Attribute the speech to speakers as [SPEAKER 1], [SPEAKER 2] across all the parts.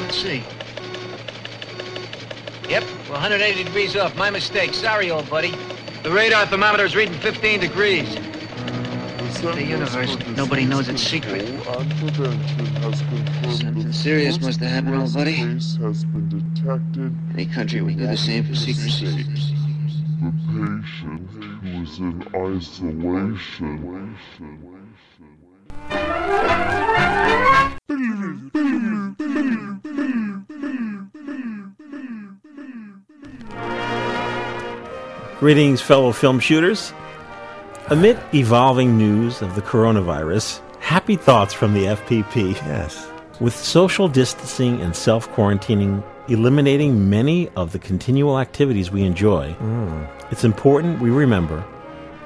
[SPEAKER 1] Let's see. Yep, we're 180 degrees off. My mistake. Sorry, old buddy. The radar thermometer is reading 15 degrees.
[SPEAKER 2] The universe, nobody knows its secret.
[SPEAKER 1] Something
[SPEAKER 2] Something
[SPEAKER 1] serious must have happened, old buddy.
[SPEAKER 2] Case has been detected.
[SPEAKER 1] Any country would do the same for secrecy.
[SPEAKER 2] The patient was in isolation.
[SPEAKER 3] Greetings, fellow film shooters. Amid evolving news of the coronavirus, happy thoughts from the FPP.
[SPEAKER 4] Yes.
[SPEAKER 3] With social distancing and self quarantining eliminating many of the continual activities we enjoy,
[SPEAKER 4] Mm.
[SPEAKER 3] it's important we remember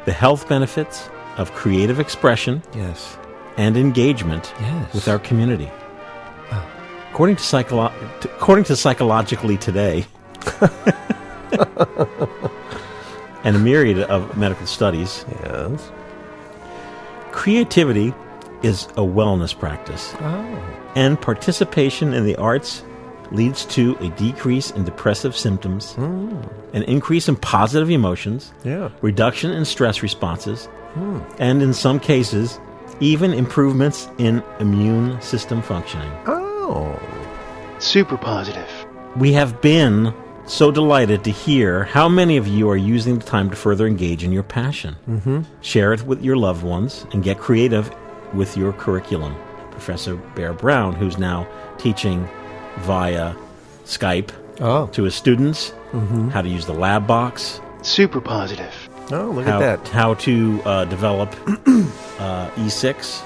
[SPEAKER 3] the health benefits of creative expression
[SPEAKER 4] Yes.
[SPEAKER 3] and engagement
[SPEAKER 4] Yes. Ah.
[SPEAKER 3] with our community. According to, psycholo- t- according to Psychologically Today, and a myriad of medical studies,
[SPEAKER 4] Yes.
[SPEAKER 3] creativity is a wellness practice,
[SPEAKER 4] Oh.
[SPEAKER 3] and participation in the arts leads to a decrease in depressive symptoms, an increase in positive emotions,
[SPEAKER 4] Hmm. Yeah. Hmm.
[SPEAKER 3] reduction in stress responses, and in some cases, even improvements in immune system functioning.
[SPEAKER 4] Oh.
[SPEAKER 5] Super positive.
[SPEAKER 3] We have been so delighted to hear how many of you are using the time to further engage in your passion. Mm-hmm. Share it with your loved ones and get creative with your curriculum. Professor Bear Brown, who's now teaching via Skype
[SPEAKER 4] Oh. Mm-hmm.
[SPEAKER 3] to his students how to use the lab box,
[SPEAKER 5] Super positive.
[SPEAKER 4] Oh, look
[SPEAKER 3] how,
[SPEAKER 4] at that.
[SPEAKER 3] how to uh, develop uh, E6.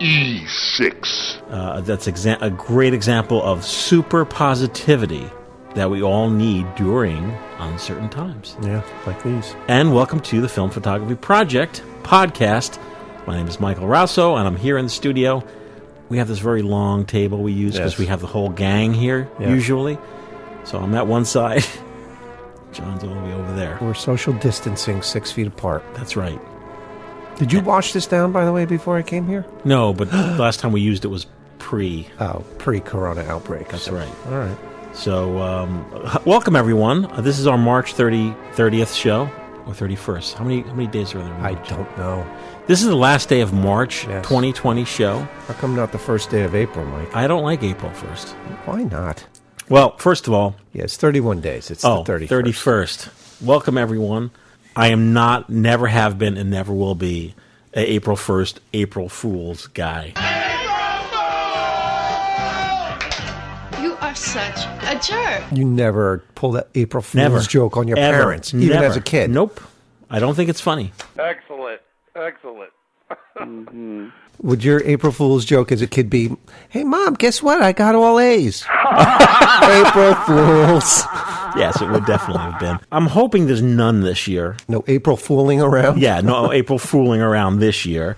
[SPEAKER 2] E E6.
[SPEAKER 3] Uh, that's exa- a great example of super positivity that we all need during uncertain times.
[SPEAKER 4] Yeah, like these.
[SPEAKER 3] And welcome to the Film Photography Project podcast. My name is Michael Rosso, and I'm here in the studio. We have this very long table we use because
[SPEAKER 4] Yes.
[SPEAKER 3] we have the whole gang here
[SPEAKER 4] Yeah.
[SPEAKER 3] usually. So I'm at one side, John's all the way over there.
[SPEAKER 4] We're social distancing six feet apart.
[SPEAKER 3] That's right.
[SPEAKER 4] Did you wash this down, by the way, before I came here?
[SPEAKER 3] No, but last time we used it was pre.
[SPEAKER 4] Oh, pre corona outbreak.
[SPEAKER 3] That's right.
[SPEAKER 4] All right.
[SPEAKER 3] So, um, h- welcome everyone. Uh, this is our March 30, 30th show or 31st. How many how many days are there? in
[SPEAKER 4] I
[SPEAKER 3] March?
[SPEAKER 4] don't know.
[SPEAKER 3] This is the last day of March
[SPEAKER 4] Yes.
[SPEAKER 3] 2020 show.
[SPEAKER 4] How come not the first day of April, Mike?
[SPEAKER 3] I don't like April 1st.
[SPEAKER 4] Why not?
[SPEAKER 3] Well, first of all,
[SPEAKER 4] Yeah, it's 31 days. It's
[SPEAKER 3] oh,
[SPEAKER 4] the 31st.
[SPEAKER 3] 31st. Welcome everyone. I am not never have been and never will be a April 1st April Fools guy.
[SPEAKER 6] You are such a jerk.
[SPEAKER 4] You never pull that April Fool's
[SPEAKER 3] Never
[SPEAKER 4] joke on your
[SPEAKER 3] Ever.
[SPEAKER 4] parents, even
[SPEAKER 3] Never.
[SPEAKER 4] as a kid.
[SPEAKER 3] Nope. I don't think it's funny.
[SPEAKER 7] Excellent. Excellent.
[SPEAKER 4] Would your April Fool's joke as a kid be, hey, mom, guess what? I got all A's. April Fool's.
[SPEAKER 3] Yes, it would definitely have been. I'm hoping there's none this year.
[SPEAKER 4] No April fooling around.
[SPEAKER 3] yeah, no April fooling around this year.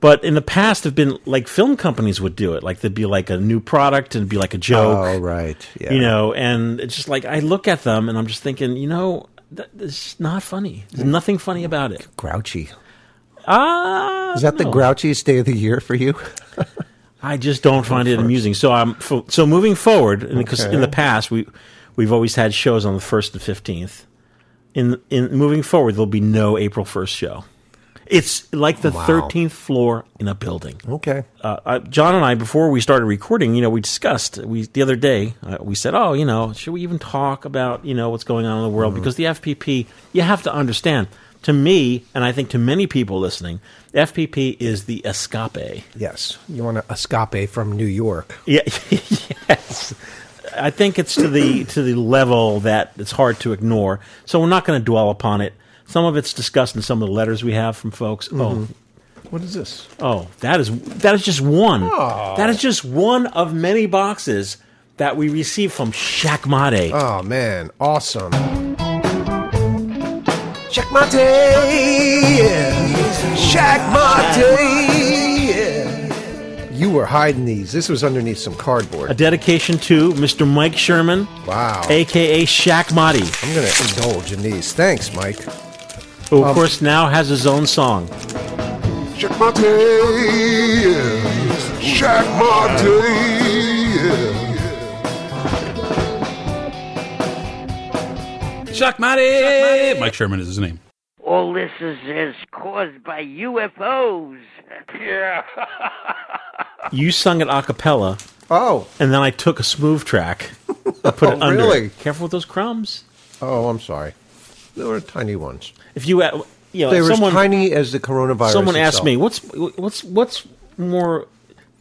[SPEAKER 3] But in the past, have been like film companies would do it. Like there'd be like a new product and it'd be like a joke,
[SPEAKER 4] Oh, right. Yeah.
[SPEAKER 3] you know. And it's just like I look at them and I'm just thinking, you know, th- this is not funny. There's nothing funny about it.
[SPEAKER 4] Grouchy.
[SPEAKER 3] Ah,
[SPEAKER 4] Is that the grouchiest day of the year for you?
[SPEAKER 3] I just don't find it amusing. So I'm fo- so moving forward because
[SPEAKER 4] Okay.
[SPEAKER 3] in the past we we've always had shows on the first and fifteenth. In in moving forward, there'll be no April first show. It's like the
[SPEAKER 4] Wow.
[SPEAKER 3] thirteenth floor in a building.
[SPEAKER 4] Okay.
[SPEAKER 3] uh, uh, John and I, before we started recording, you know, we discussed we the other day. Uh, we said, "Oh, you know, should we even talk about you know what's going on in the world?" Because the FPP, you have to understand. To me, and I think to many people listening, FPP is the escape.
[SPEAKER 4] Yes. You want to escape from New York.
[SPEAKER 3] Yeah, yes. I think it's to the to the level that it's hard to ignore. So we're not going to dwell upon it. Some of it's discussed in some of the letters we have from folks. Oh,
[SPEAKER 4] What is this?
[SPEAKER 3] Oh, that is that is just one.
[SPEAKER 4] Ah.
[SPEAKER 3] That is just one of many boxes that we receive from Shakmate.
[SPEAKER 4] Oh, man. Awesome. Checkmate. Checkmate. You were hiding these. This was underneath some
[SPEAKER 3] a
[SPEAKER 4] cardboard.
[SPEAKER 3] dedication to Mr. Mike Sherman,
[SPEAKER 4] Wow.
[SPEAKER 3] aka Shakmate,
[SPEAKER 4] I'm going to indulge in these. Thanks, Mike.
[SPEAKER 3] who
[SPEAKER 4] Um,
[SPEAKER 3] of course now has his own song.
[SPEAKER 2] Checkmate. Checkmate.
[SPEAKER 8] Suck my dick. Mike Sherman is his name.
[SPEAKER 9] All this is, is caused by UFOs.
[SPEAKER 7] Yeah.
[SPEAKER 3] You sung it a cappella,
[SPEAKER 4] Oh,
[SPEAKER 3] and then I took a smooth track and put
[SPEAKER 4] Oh,
[SPEAKER 3] it under.
[SPEAKER 4] really?
[SPEAKER 3] it. Careful with those crumbs.
[SPEAKER 4] oh, I'm sorry. There were tiny ones.
[SPEAKER 3] If you, uh, you know,
[SPEAKER 4] They
[SPEAKER 3] if
[SPEAKER 4] were
[SPEAKER 3] someone
[SPEAKER 4] as tiny as the coronavirus.
[SPEAKER 3] someone asked
[SPEAKER 4] itself.
[SPEAKER 3] me what's what's what's more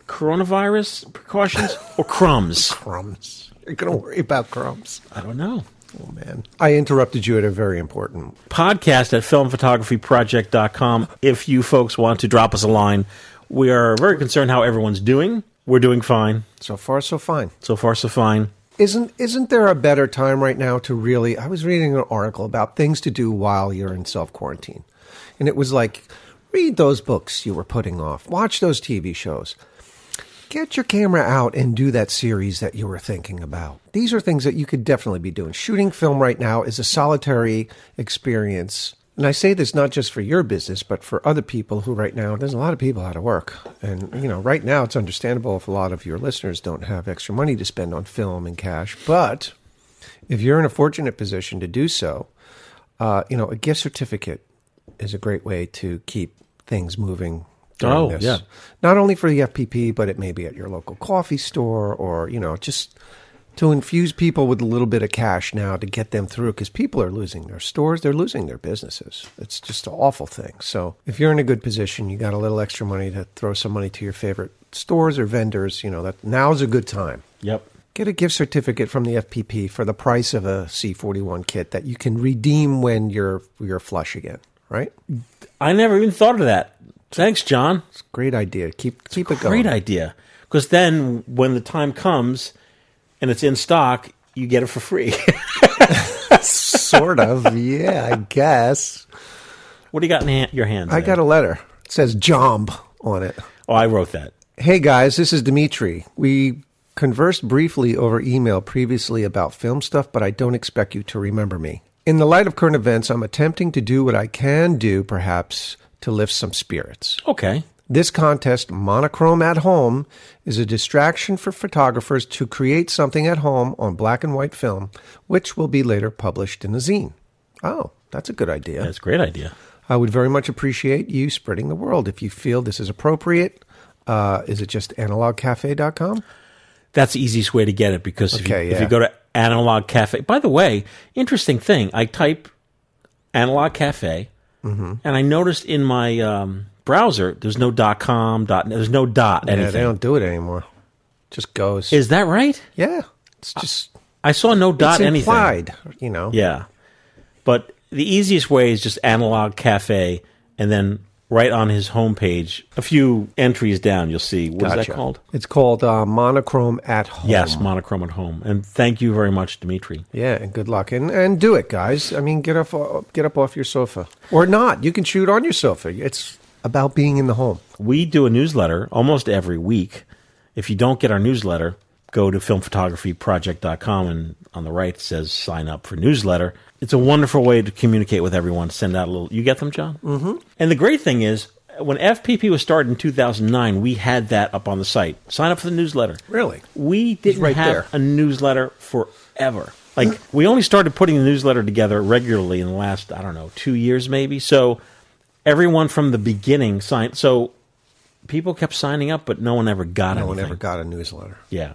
[SPEAKER 3] coronavirus precautions or crumbs?
[SPEAKER 4] crumbs. You're going to worry about crumbs.
[SPEAKER 3] I don't know.
[SPEAKER 4] Oh, man. I interrupted you at a very important.
[SPEAKER 3] Podcast at filmphotographyproject.com. If you folks want to drop us a line, we are very concerned how everyone's doing. We're doing fine.
[SPEAKER 4] So far, so fine.
[SPEAKER 3] So far, so fine.
[SPEAKER 4] Isn't isn't there a better time right now to really? I was reading an article about things to do while you're in self quarantine, and it was like, read those books you were putting off, watch those TV shows, get your camera out and do that series that you were thinking about. These are things that you could definitely be doing. Shooting film right now is a solitary experience. And I say this not just for your business, but for other people who right now, there's a lot of people out of work. And, you know, right now it's understandable if a lot of your listeners don't have extra money to spend on film and cash. But if you're in a fortunate position to do so, uh, you know, a gift certificate is a great way to keep things moving during
[SPEAKER 3] Oh,
[SPEAKER 4] this
[SPEAKER 3] yeah.
[SPEAKER 4] not only for the FPP, but it may be at your local coffee store or, you know, just to infuse people with a little bit of cash now to get them through because people are losing their stores, they're losing their businesses. It's just an awful thing. So if you're in a good position, you got a little extra money to throw some money to your favorite stores or vendors, you know, that now's a good time.
[SPEAKER 3] Yep.
[SPEAKER 4] Get a gift certificate from the FPP for the price of a C41 kit that you can redeem when you're you're flush again, right?
[SPEAKER 3] I never even thought of that. Thanks, John.
[SPEAKER 4] Great idea. Keep keep it going.
[SPEAKER 3] Great idea. Because then when the time comes and it's in stock, you get it for free.
[SPEAKER 4] sort of. Yeah, I guess.
[SPEAKER 3] what do you got in ha- your hands?
[SPEAKER 4] I got a letter. It says Jomb on it.
[SPEAKER 3] Oh, I wrote that.
[SPEAKER 4] Hey guys, this is Dimitri. We conversed briefly over email previously about film stuff, but I don't expect you to remember me. In the light of current events, I'm attempting to do what I can do, perhaps, to lift some spirits.
[SPEAKER 3] Okay.
[SPEAKER 4] This contest, Monochrome at Home, is a distraction for photographers to create something at home on black and white film, which will be later published in a zine. Oh, that's a good idea.
[SPEAKER 3] That's a great idea.
[SPEAKER 4] I would very much appreciate you spreading the world if you feel this is appropriate. Uh, is it just analogcafe.com?
[SPEAKER 3] That's the easiest way to get it because if,
[SPEAKER 4] Okay,
[SPEAKER 3] you, if
[SPEAKER 4] yeah.
[SPEAKER 3] you go to Analog Cafe, by the way, interesting thing. I type Analog Cafe,
[SPEAKER 4] Mm-hmm.
[SPEAKER 3] and I noticed in my um, browser there's no dot .com dot. There's no dot
[SPEAKER 4] Yeah, they
[SPEAKER 3] anything.
[SPEAKER 4] don't do it anymore. Just goes.
[SPEAKER 3] Is that right?
[SPEAKER 4] yeah. It's just
[SPEAKER 3] I saw no dot
[SPEAKER 4] it's
[SPEAKER 3] Uh, anything.
[SPEAKER 4] implied, you know.
[SPEAKER 3] Yeah, but the easiest way is just Analog Cafe, and then right on his homepage, a few entries down, you'll see what is
[SPEAKER 4] Gotcha.
[SPEAKER 3] that called?
[SPEAKER 4] It's called uh, monochrome at home.
[SPEAKER 3] Yes, monochrome at home. And thank you very much, Dimitri.
[SPEAKER 4] Yeah, and good luck and and do it, guys. I mean, get off get up off your sofa or not. You can shoot on your sofa. It's about being in the home.
[SPEAKER 3] We do a newsletter almost every week. If you don't get our newsletter, go to filmphotographyproject.com and on the right it says sign up for newsletter. It's a wonderful way to communicate with everyone. Send out a little. You get them, John? Mm-hmm. And the great thing is, when FPP was started in 2009, we had that up on the site. Sign up for the newsletter.
[SPEAKER 4] Really?
[SPEAKER 3] We didn't
[SPEAKER 4] right
[SPEAKER 3] have
[SPEAKER 4] there. Mm.
[SPEAKER 3] a newsletter forever. Like we only started putting the newsletter together regularly in the last I don't know two years maybe. So everyone from the beginning signed. So people kept signing up, but no one ever got
[SPEAKER 4] No
[SPEAKER 3] anything.
[SPEAKER 4] one ever got a newsletter.
[SPEAKER 3] Yeah.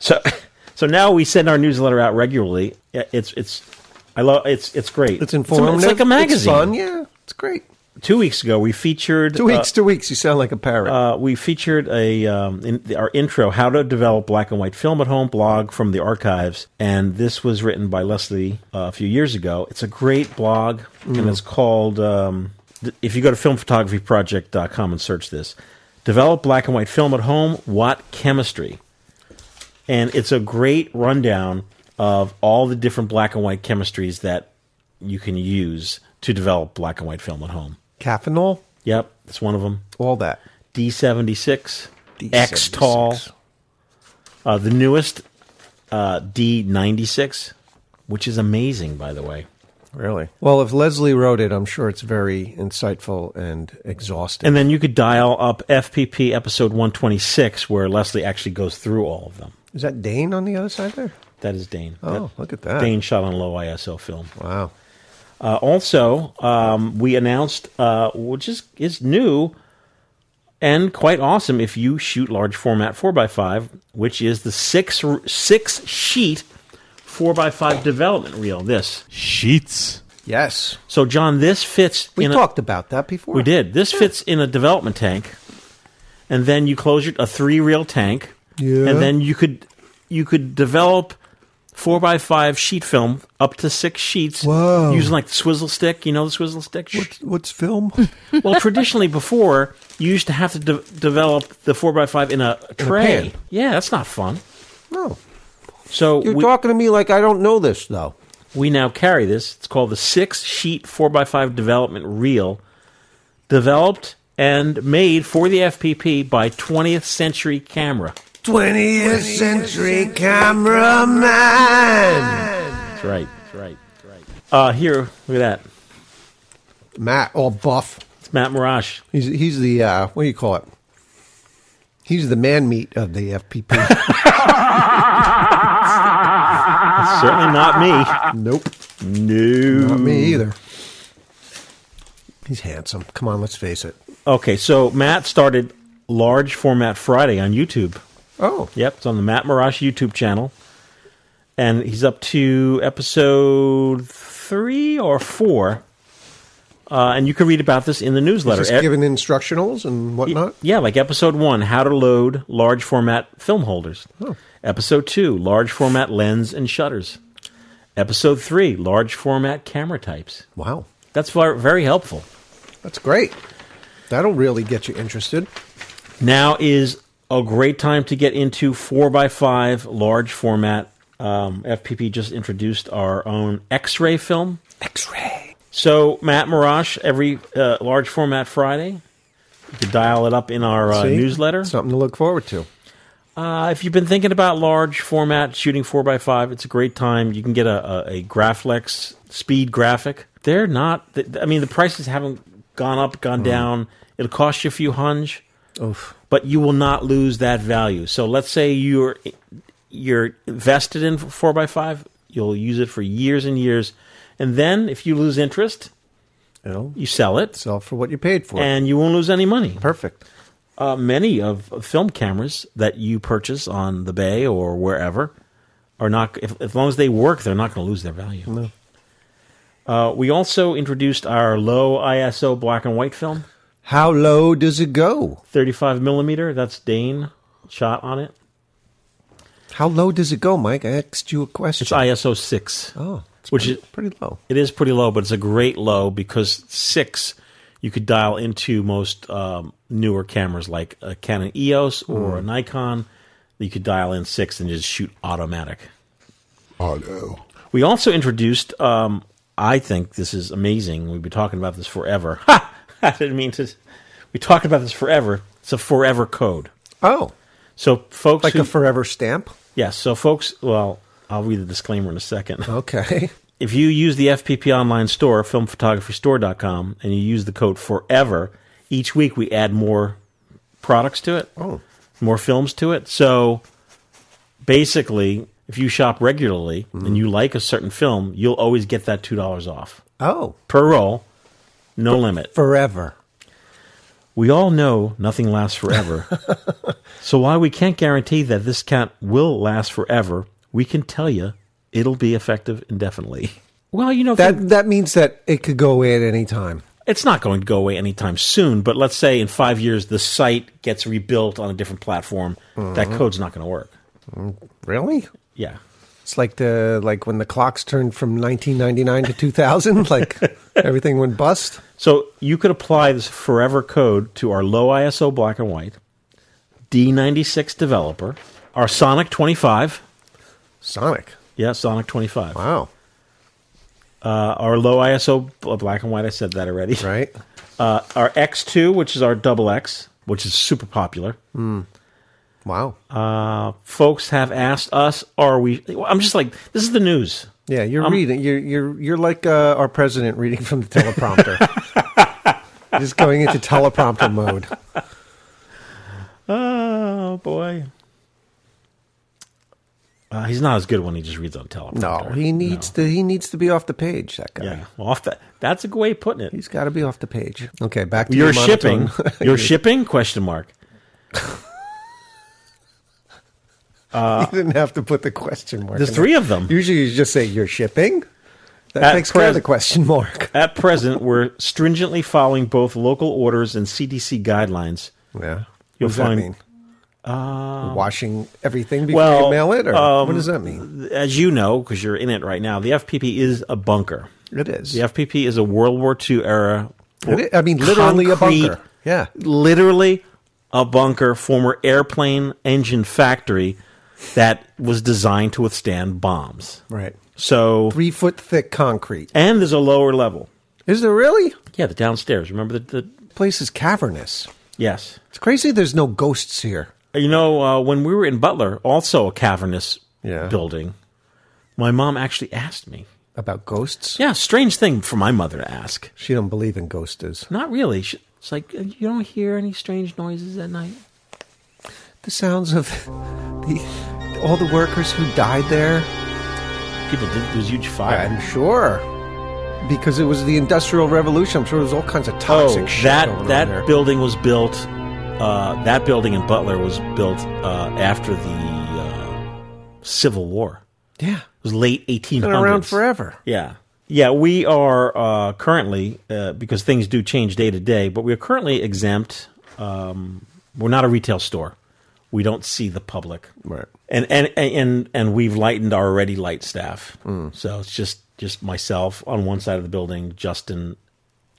[SPEAKER 3] So so now we send our newsletter out regularly. Yeah, It's it's I love it's it's great.
[SPEAKER 4] It's informative.
[SPEAKER 3] It's, like a magazine.
[SPEAKER 4] It's fun. Yeah, it's great.
[SPEAKER 3] Two weeks ago we featured
[SPEAKER 4] Two weeks, two weeks. You sound like a parrot.
[SPEAKER 3] uh, we featured a um, in our intro how to develop black and white film at home blog from the archives and this was written by leslie uh, a few years ago it's a great blog and it's called um, th- if you go to filmphotographyproject.com and search this develop black and white film at home what chemistry and it's a great rundown of all the different black and white chemistries that you can use to develop black and white film at home
[SPEAKER 4] Caffeinol,
[SPEAKER 3] yep it's one of them
[SPEAKER 4] all that.
[SPEAKER 3] D76,
[SPEAKER 4] D76.
[SPEAKER 3] X Tall, uh, the newest uh, D96, which is amazing, by the way.
[SPEAKER 4] Really? Well, if Leslie wrote it, I'm sure it's very insightful and exhausting.
[SPEAKER 3] And then you could dial up FPP episode 126, where Leslie actually goes through all of them.
[SPEAKER 4] Is that Dane on the other side there?
[SPEAKER 3] That is Dane.
[SPEAKER 4] Oh, look at that.
[SPEAKER 3] Dane shot on low ISO film.
[SPEAKER 4] Wow.
[SPEAKER 3] Uh, also, um, we announced, uh, which is, is new and quite awesome if you shoot large format 4x5, which is the six, six sheet 4x5 development reel. This.
[SPEAKER 8] Sheets.
[SPEAKER 4] Yes.
[SPEAKER 3] So, John, this fits
[SPEAKER 4] We
[SPEAKER 3] in.
[SPEAKER 4] talked about that before.
[SPEAKER 3] A, we did. This fits in a development tank, and then you close your, a three reel tank,
[SPEAKER 4] Yeah.
[SPEAKER 3] and then you could you could develop four by five sheet film up to six sheets
[SPEAKER 4] Whoa.
[SPEAKER 3] using like the swizzle stick. You know the swizzle stick.
[SPEAKER 4] What's film?
[SPEAKER 3] Hmm. well, traditionally before you used to have to de- develop the four by five in a tray.
[SPEAKER 4] pan.
[SPEAKER 3] yeah, that's not fun.
[SPEAKER 4] no.
[SPEAKER 3] So
[SPEAKER 4] You're
[SPEAKER 3] we,
[SPEAKER 4] talking to me like I don't know this, though.
[SPEAKER 3] we now carry this. It's called the six sheet 4x5 development reel, developed and made for the FPP by 20th Century Camera.
[SPEAKER 4] 20th century cameraman.
[SPEAKER 3] That's right. That's right. That's right. Uh, here, look at that.
[SPEAKER 4] Matt, all buff.
[SPEAKER 3] It's Matt Mirage.
[SPEAKER 4] He's he's the uh, what do you call it? He's the man meat of the FPP.
[SPEAKER 3] It's certainly not
[SPEAKER 4] nope,
[SPEAKER 3] me. No.
[SPEAKER 4] not me either. He's handsome. Come on, let's face it.
[SPEAKER 3] Okay, so Matt started Large Format Friday on YouTube.
[SPEAKER 4] Oh,
[SPEAKER 3] Yep, it's on the Matt Mirage YouTube channel. And he's up to episode three or four. Uh, and you can read about this in the newsletter.
[SPEAKER 4] just
[SPEAKER 3] E-
[SPEAKER 4] giving instructionals and whatnot.
[SPEAKER 3] Yeah, like episode one, how to load large format film holders. Episode two, large format lens and shutters. Episode three, large format camera types.
[SPEAKER 4] Wow,
[SPEAKER 3] That's ver- very helpful.
[SPEAKER 4] that's great. That'll really get you interested.
[SPEAKER 3] Now is a great time to get into 4x5 large format. Um, FPP just introduced our own X ray film.
[SPEAKER 4] X-ray.
[SPEAKER 3] So, Matt Mirage, every uh, large format Friday, you can dial it up in our uh,
[SPEAKER 4] See?
[SPEAKER 3] newsletter.
[SPEAKER 4] Something to look forward to.
[SPEAKER 3] Uh, if you've been thinking about large format shooting 4x5, it's a great time. You can get a, a, a Graflex speed graphic. They're not, th- I mean, the prices haven't gone up, gone down. It'll cost you a few hunch,
[SPEAKER 4] Mm. Oof.
[SPEAKER 3] but you will not lose that value. So let's say you're you're vested in 4x5, you'll use it for years and years. And then if you lose interest,
[SPEAKER 4] It'll
[SPEAKER 3] you sell it
[SPEAKER 4] sell for what you paid for.
[SPEAKER 3] and you won't lose any money
[SPEAKER 4] Perfect.
[SPEAKER 3] uh, many of of film cameras that you purchase on the bay or wherever are not if, as long as they work they're not going to lose their value
[SPEAKER 4] No.
[SPEAKER 3] uh, we also introduced our low iso black and white film
[SPEAKER 4] How low does it go?
[SPEAKER 3] 35 millimeter that's dane shot on it
[SPEAKER 4] How low does it go, Mike? I asked you a question.
[SPEAKER 3] it's iso 6
[SPEAKER 4] oh, it's
[SPEAKER 3] which
[SPEAKER 4] pretty,
[SPEAKER 3] is-
[SPEAKER 4] pretty low.
[SPEAKER 3] it is pretty low but it's a great low because 6 you could dial into most um, newer cameras like a canon eos
[SPEAKER 4] Hmm.
[SPEAKER 3] or a nikon you could dial in 6 and just shoot automatic We also introduced, um, I think this is amazing. We've been talking about this forever. Ha! I didn't mean to. We talked about this forever. It's a forever code.
[SPEAKER 4] Oh,
[SPEAKER 3] So, folks.
[SPEAKER 4] like
[SPEAKER 3] who,
[SPEAKER 4] a forever stamp.
[SPEAKER 3] yes, so folks, well, I'll read the disclaimer in a second.
[SPEAKER 4] Okay.
[SPEAKER 3] If you use the FPP online store, filmphotographerstore.com, and you use the code forever, each week we add more products to it,
[SPEAKER 4] Oh.
[SPEAKER 3] more films to it. So basically, if you shop regularly
[SPEAKER 4] Mm-hmm.
[SPEAKER 3] and you like a certain film, you'll always get that $2 off
[SPEAKER 4] Oh,
[SPEAKER 3] per roll, no limit.
[SPEAKER 4] forever.
[SPEAKER 3] We all know nothing lasts forever. so while we can't guarantee that this count will last forever, we can tell you it'll be effective indefinitely. Well, you know,
[SPEAKER 4] That that means that it could go away at any time.
[SPEAKER 3] it's not going to go away anytime soon, but let's say in five years the site gets rebuilt on a different platform, that code's not going to work.
[SPEAKER 4] Really?
[SPEAKER 3] Yeah.
[SPEAKER 4] It's like the like when the clocks turned from 1999 to 2000, like everything went bust.
[SPEAKER 3] So you could apply this forever code to our low ISO black and white, D96 developer, our Sonic 25.
[SPEAKER 4] Sonic.
[SPEAKER 3] Yeah, Sonic 25.
[SPEAKER 4] Wow.
[SPEAKER 3] Uh, our low ISO bl- black and white, I said that already.
[SPEAKER 4] Right.
[SPEAKER 3] Uh, our X2, which is our double X, which is super popular.
[SPEAKER 4] Wow.
[SPEAKER 3] Folks have asked us, are we. I'm just like, this is the news.
[SPEAKER 4] yeah, you're
[SPEAKER 3] Um,
[SPEAKER 4] reading. You're you're you're like uh, our president reading from the teleprompter. Just going into teleprompter mode.
[SPEAKER 3] Oh boy. Uh, he's not as good when he just reads on teleprompter.
[SPEAKER 4] No, he needs to he needs to be off the page. That guy.
[SPEAKER 3] Yeah, well, off that. That's a good way of putting it.
[SPEAKER 4] He's got to be off the page. Okay, back to
[SPEAKER 3] You're
[SPEAKER 4] your
[SPEAKER 3] shipping.
[SPEAKER 4] monotone.
[SPEAKER 3] You're shipping? Question mark.
[SPEAKER 4] you didn't have to put the question mark.
[SPEAKER 3] Uh, The
[SPEAKER 4] in
[SPEAKER 3] three
[SPEAKER 4] it.
[SPEAKER 3] of them.
[SPEAKER 4] Usually, you just say you're shipping. That
[SPEAKER 3] At
[SPEAKER 4] takes care of
[SPEAKER 3] pres-
[SPEAKER 4] the question mark.
[SPEAKER 3] At present, we're stringently following both local orders and CDC guidelines.
[SPEAKER 4] Yeah.
[SPEAKER 3] You'll
[SPEAKER 4] what does
[SPEAKER 3] find- um,
[SPEAKER 4] that mean? Washing everything before
[SPEAKER 3] well,
[SPEAKER 4] you mail it, or
[SPEAKER 3] um,
[SPEAKER 4] what does that mean?
[SPEAKER 3] As you know, because you're in it right now, the FPP is a bunker.
[SPEAKER 4] It is.
[SPEAKER 3] The FPP is a World War II era.
[SPEAKER 4] It i- I mean, literally
[SPEAKER 3] concrete-
[SPEAKER 4] a bunker. Yeah.
[SPEAKER 3] literally a bunker, former airplane engine factory that was designed to withstand bombs.
[SPEAKER 4] Right.
[SPEAKER 3] So,
[SPEAKER 4] Three foot thick concrete.
[SPEAKER 3] and there's a lower level.
[SPEAKER 4] Is there really?
[SPEAKER 3] Yeah, the downstairs. Remember the, the
[SPEAKER 4] Place is cavernous.
[SPEAKER 3] yes.
[SPEAKER 4] It's crazy. There's no ghosts here.
[SPEAKER 3] You know, uh, when we were in Butler, also a cavernous
[SPEAKER 4] Yeah.
[SPEAKER 3] building, my mom actually asked me.
[SPEAKER 4] About ghosts?
[SPEAKER 3] Yeah, strange thing for my mother to ask.
[SPEAKER 4] She don't believe in ghosts.
[SPEAKER 3] Not really. She, it's like uh, you don't hear any strange noises at night.
[SPEAKER 4] The sounds of the all the workers who died there.
[SPEAKER 3] People did. There was huge fire.
[SPEAKER 4] I'm sure. Because it was the Industrial Revolution. I'm sure there was all kinds of toxic
[SPEAKER 3] oh,
[SPEAKER 4] shit going
[SPEAKER 3] that
[SPEAKER 4] on
[SPEAKER 3] that
[SPEAKER 4] there.
[SPEAKER 3] building was built. Uh, that building in Butler was built uh, after the uh, Civil War.
[SPEAKER 4] yeah.
[SPEAKER 3] It was late 1800s.
[SPEAKER 4] Been around forever.
[SPEAKER 3] Yeah. Yeah, we are uh, currently, uh, because things do change day to day, but we are currently exempt. Um, we're not a retail store. We don't see the public.
[SPEAKER 4] Right.
[SPEAKER 3] And and, and, and we've lightened our already light staff.
[SPEAKER 4] Hmm.
[SPEAKER 3] So it's just, just myself on one side of the building, Justin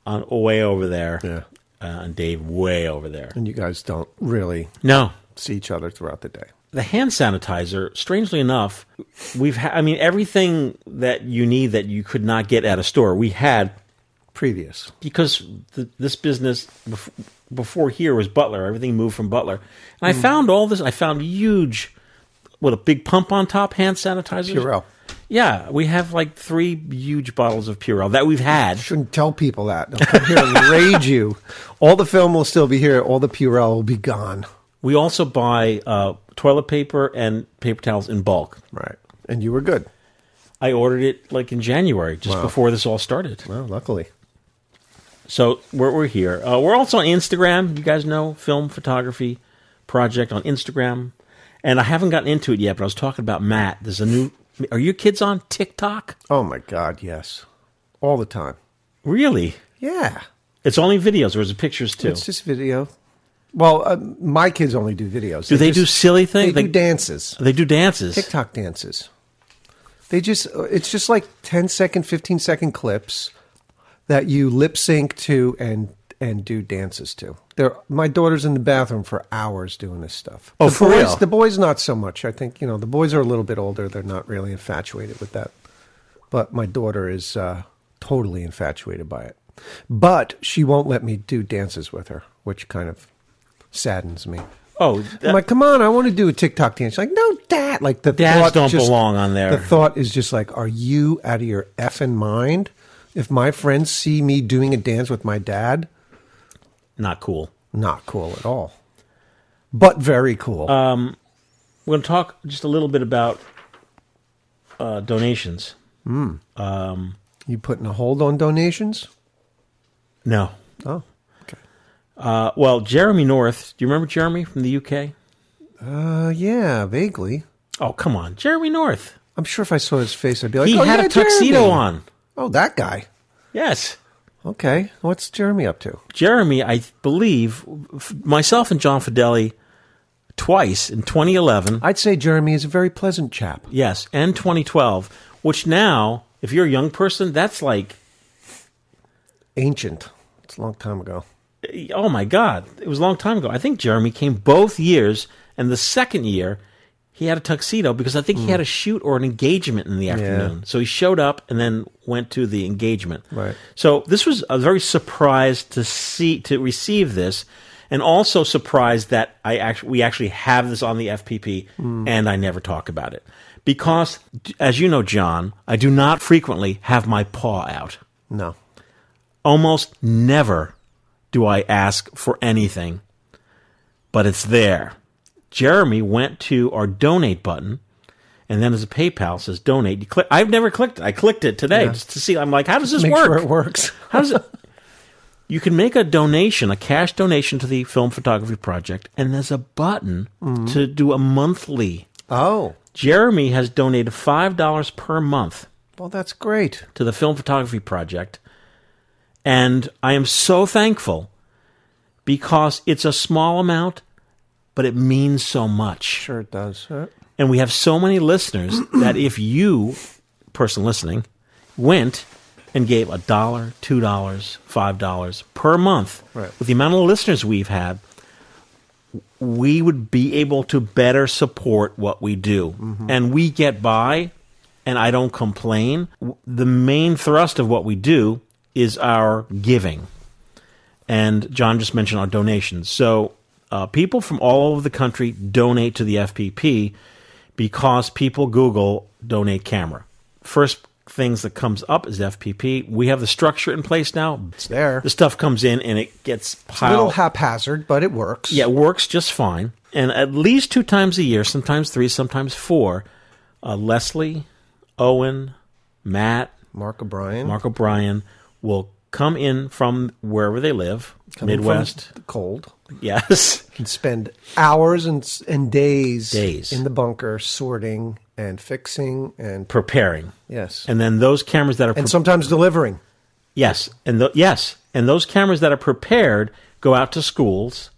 [SPEAKER 3] on way over there,
[SPEAKER 4] Yeah.
[SPEAKER 3] uh, and Dave way over there.
[SPEAKER 4] And you guys don't really
[SPEAKER 3] No,
[SPEAKER 4] see each other throughout the day.
[SPEAKER 3] the hand sanitizer, strangely enough, we've ha- I mean everything that you need that you could not get at a store, we had
[SPEAKER 4] Previous.
[SPEAKER 3] because th- this business bef- before here was Butler. Everything moved from Butler, and I found all this. I found huge, with a big pump on top, hand sanitizer.
[SPEAKER 4] Purell.
[SPEAKER 3] Yeah, we have like three huge bottles of Purell that we've had.
[SPEAKER 4] Shouldn't tell people that. They'll come here and rage you. All the film will still be here. All the Purell will be gone.
[SPEAKER 3] We also buy uh, toilet paper and paper towels in bulk.
[SPEAKER 4] Right. And you were good.
[SPEAKER 3] I ordered it like in January, just before this all started.
[SPEAKER 4] Well, luckily.
[SPEAKER 3] So we're, we're here. Uh, we're also on Instagram. You guys know Film Photography Project on Instagram. And I haven't gotten into it yet, but I was talking about Matt. There's a new. Are you kids on TikTok?
[SPEAKER 4] Oh my God, yes. All the time.
[SPEAKER 3] Really?
[SPEAKER 4] Yeah.
[SPEAKER 3] It's only videos. There's pictures too.
[SPEAKER 4] It's just video. Well, uh, my kids only do videos.
[SPEAKER 3] do they, do
[SPEAKER 4] just-
[SPEAKER 3] silly things?
[SPEAKER 4] They do dances.
[SPEAKER 3] They do dances.
[SPEAKER 4] TikTok dances. They just uh, it's just like 10 second, 15 second clips that you lip sync to and and do dances to. They're, my daughter's in the bathroom for hours doing this stuff.
[SPEAKER 3] Oh,
[SPEAKER 4] the
[SPEAKER 3] for
[SPEAKER 4] boys,
[SPEAKER 3] real?
[SPEAKER 4] The boys not so much. I think you know the boys are a little bit older. They're not really infatuated with that, but my daughter is uh, totally infatuated by it. But she won't let me do dances with her, which kind of saddens me.
[SPEAKER 3] Oh, that-
[SPEAKER 4] I'm like, come on, I want to do a TikTok dance. Like, no, dad. Like the
[SPEAKER 3] Dads
[SPEAKER 4] thought
[SPEAKER 3] don't
[SPEAKER 4] just-
[SPEAKER 3] belong on there.
[SPEAKER 4] The thought is just like, are you out of your effing mind? If my friends see me doing a dance with my dad,
[SPEAKER 3] not cool.
[SPEAKER 4] not cool at all, but very cool.
[SPEAKER 3] Uh, We're going to talk just a little bit about uh, donations.
[SPEAKER 4] you putting a hold on donations?
[SPEAKER 3] No.
[SPEAKER 4] Oh,
[SPEAKER 3] Uh, well, Jeremy North. Do you remember Jeremy from the UK?
[SPEAKER 4] uh, yeah, vaguely.
[SPEAKER 3] Oh, come on. Jeremy North.
[SPEAKER 4] I'm sure if I saw his face, I'd be like,
[SPEAKER 3] He
[SPEAKER 4] oh,
[SPEAKER 3] had
[SPEAKER 4] yeah,
[SPEAKER 3] a tuxedo
[SPEAKER 4] Jeremy.
[SPEAKER 3] on.
[SPEAKER 4] Oh, that guy.
[SPEAKER 3] Yes.
[SPEAKER 4] Okay, what's Jeremy up to?
[SPEAKER 3] Jeremy, I believe, f- myself and John Fideli, twice in 2011,
[SPEAKER 4] I'd say Jeremy is a very pleasant chap.
[SPEAKER 3] yes, and 2012, which now, if you're a young person, that's like,
[SPEAKER 4] Ancient. It's a long time ago.
[SPEAKER 3] eh, oh my God, it was a long time ago. I think Jeremy came both years, and the second year, he had a tuxedo because I think he had
[SPEAKER 4] Mm.
[SPEAKER 3] a shoot or an engagement in the afternoon. So he showed up and then went to the engagement.
[SPEAKER 4] Right.
[SPEAKER 3] So this was a very surprised to see to receive this, and also surprised that I actually we actually have this on the FPP,
[SPEAKER 4] Hmm.
[SPEAKER 3] and I never talk about it because, d- as you know, John, I do not frequently have my paw out.
[SPEAKER 4] No.
[SPEAKER 3] Almost never do I ask for anything, but it's there. Jeremy went to our donate button And then as a PayPal says donate. You click. I've never clicked. it. I clicked it today just to see. I'm like, how does this
[SPEAKER 4] Make
[SPEAKER 3] work?
[SPEAKER 4] sure it works.
[SPEAKER 3] How does it? You can make a donation, a cash donation to the Film Photography Project, and there's a button to do a monthly.
[SPEAKER 4] Oh,
[SPEAKER 3] Jeremy has donated five dollars per month
[SPEAKER 4] well, that's great.
[SPEAKER 3] to the Film Photography Project. And I am so thankful because it's a small amount, but it means so much.
[SPEAKER 4] Sure, it does. Uh, Huh?
[SPEAKER 3] And we have so many listeners that if you, person listening, went and gave a dollar, two dollars, five dollars per month,
[SPEAKER 4] Right.
[SPEAKER 3] with the amount of listeners we've had, we would be able to better support what we do. And we get by, and I don't complain. W- The main thrust of what we do is our giving. And John just mentioned our donations. So uh, people from all over the country donate to the FPP because people Google donate camera. First things that comes up is FPP. We have the structure in place now. It's
[SPEAKER 4] there.
[SPEAKER 3] The stuff comes in and it gets
[SPEAKER 4] A
[SPEAKER 3] piled.
[SPEAKER 4] little haphazard, but it works.
[SPEAKER 3] Yeah, it works just fine. And at least two times a year, sometimes three, sometimes four, uh, Leslie, Owen, Matt,
[SPEAKER 4] Mark O'Brien.
[SPEAKER 3] Mark O'Brien will come in from wherever they live,
[SPEAKER 4] coming from
[SPEAKER 3] Midwest.
[SPEAKER 4] the cold.
[SPEAKER 3] Yes.
[SPEAKER 4] can spend hours and s- and days,
[SPEAKER 3] Days.
[SPEAKER 4] in the bunker sorting and fixing and
[SPEAKER 3] Preparing.
[SPEAKER 4] yes, and,
[SPEAKER 3] And then those cameras that are pre-
[SPEAKER 4] sometimes delivering.
[SPEAKER 3] Yes, and tho- yes, and those cameras that are prepared go out to schools,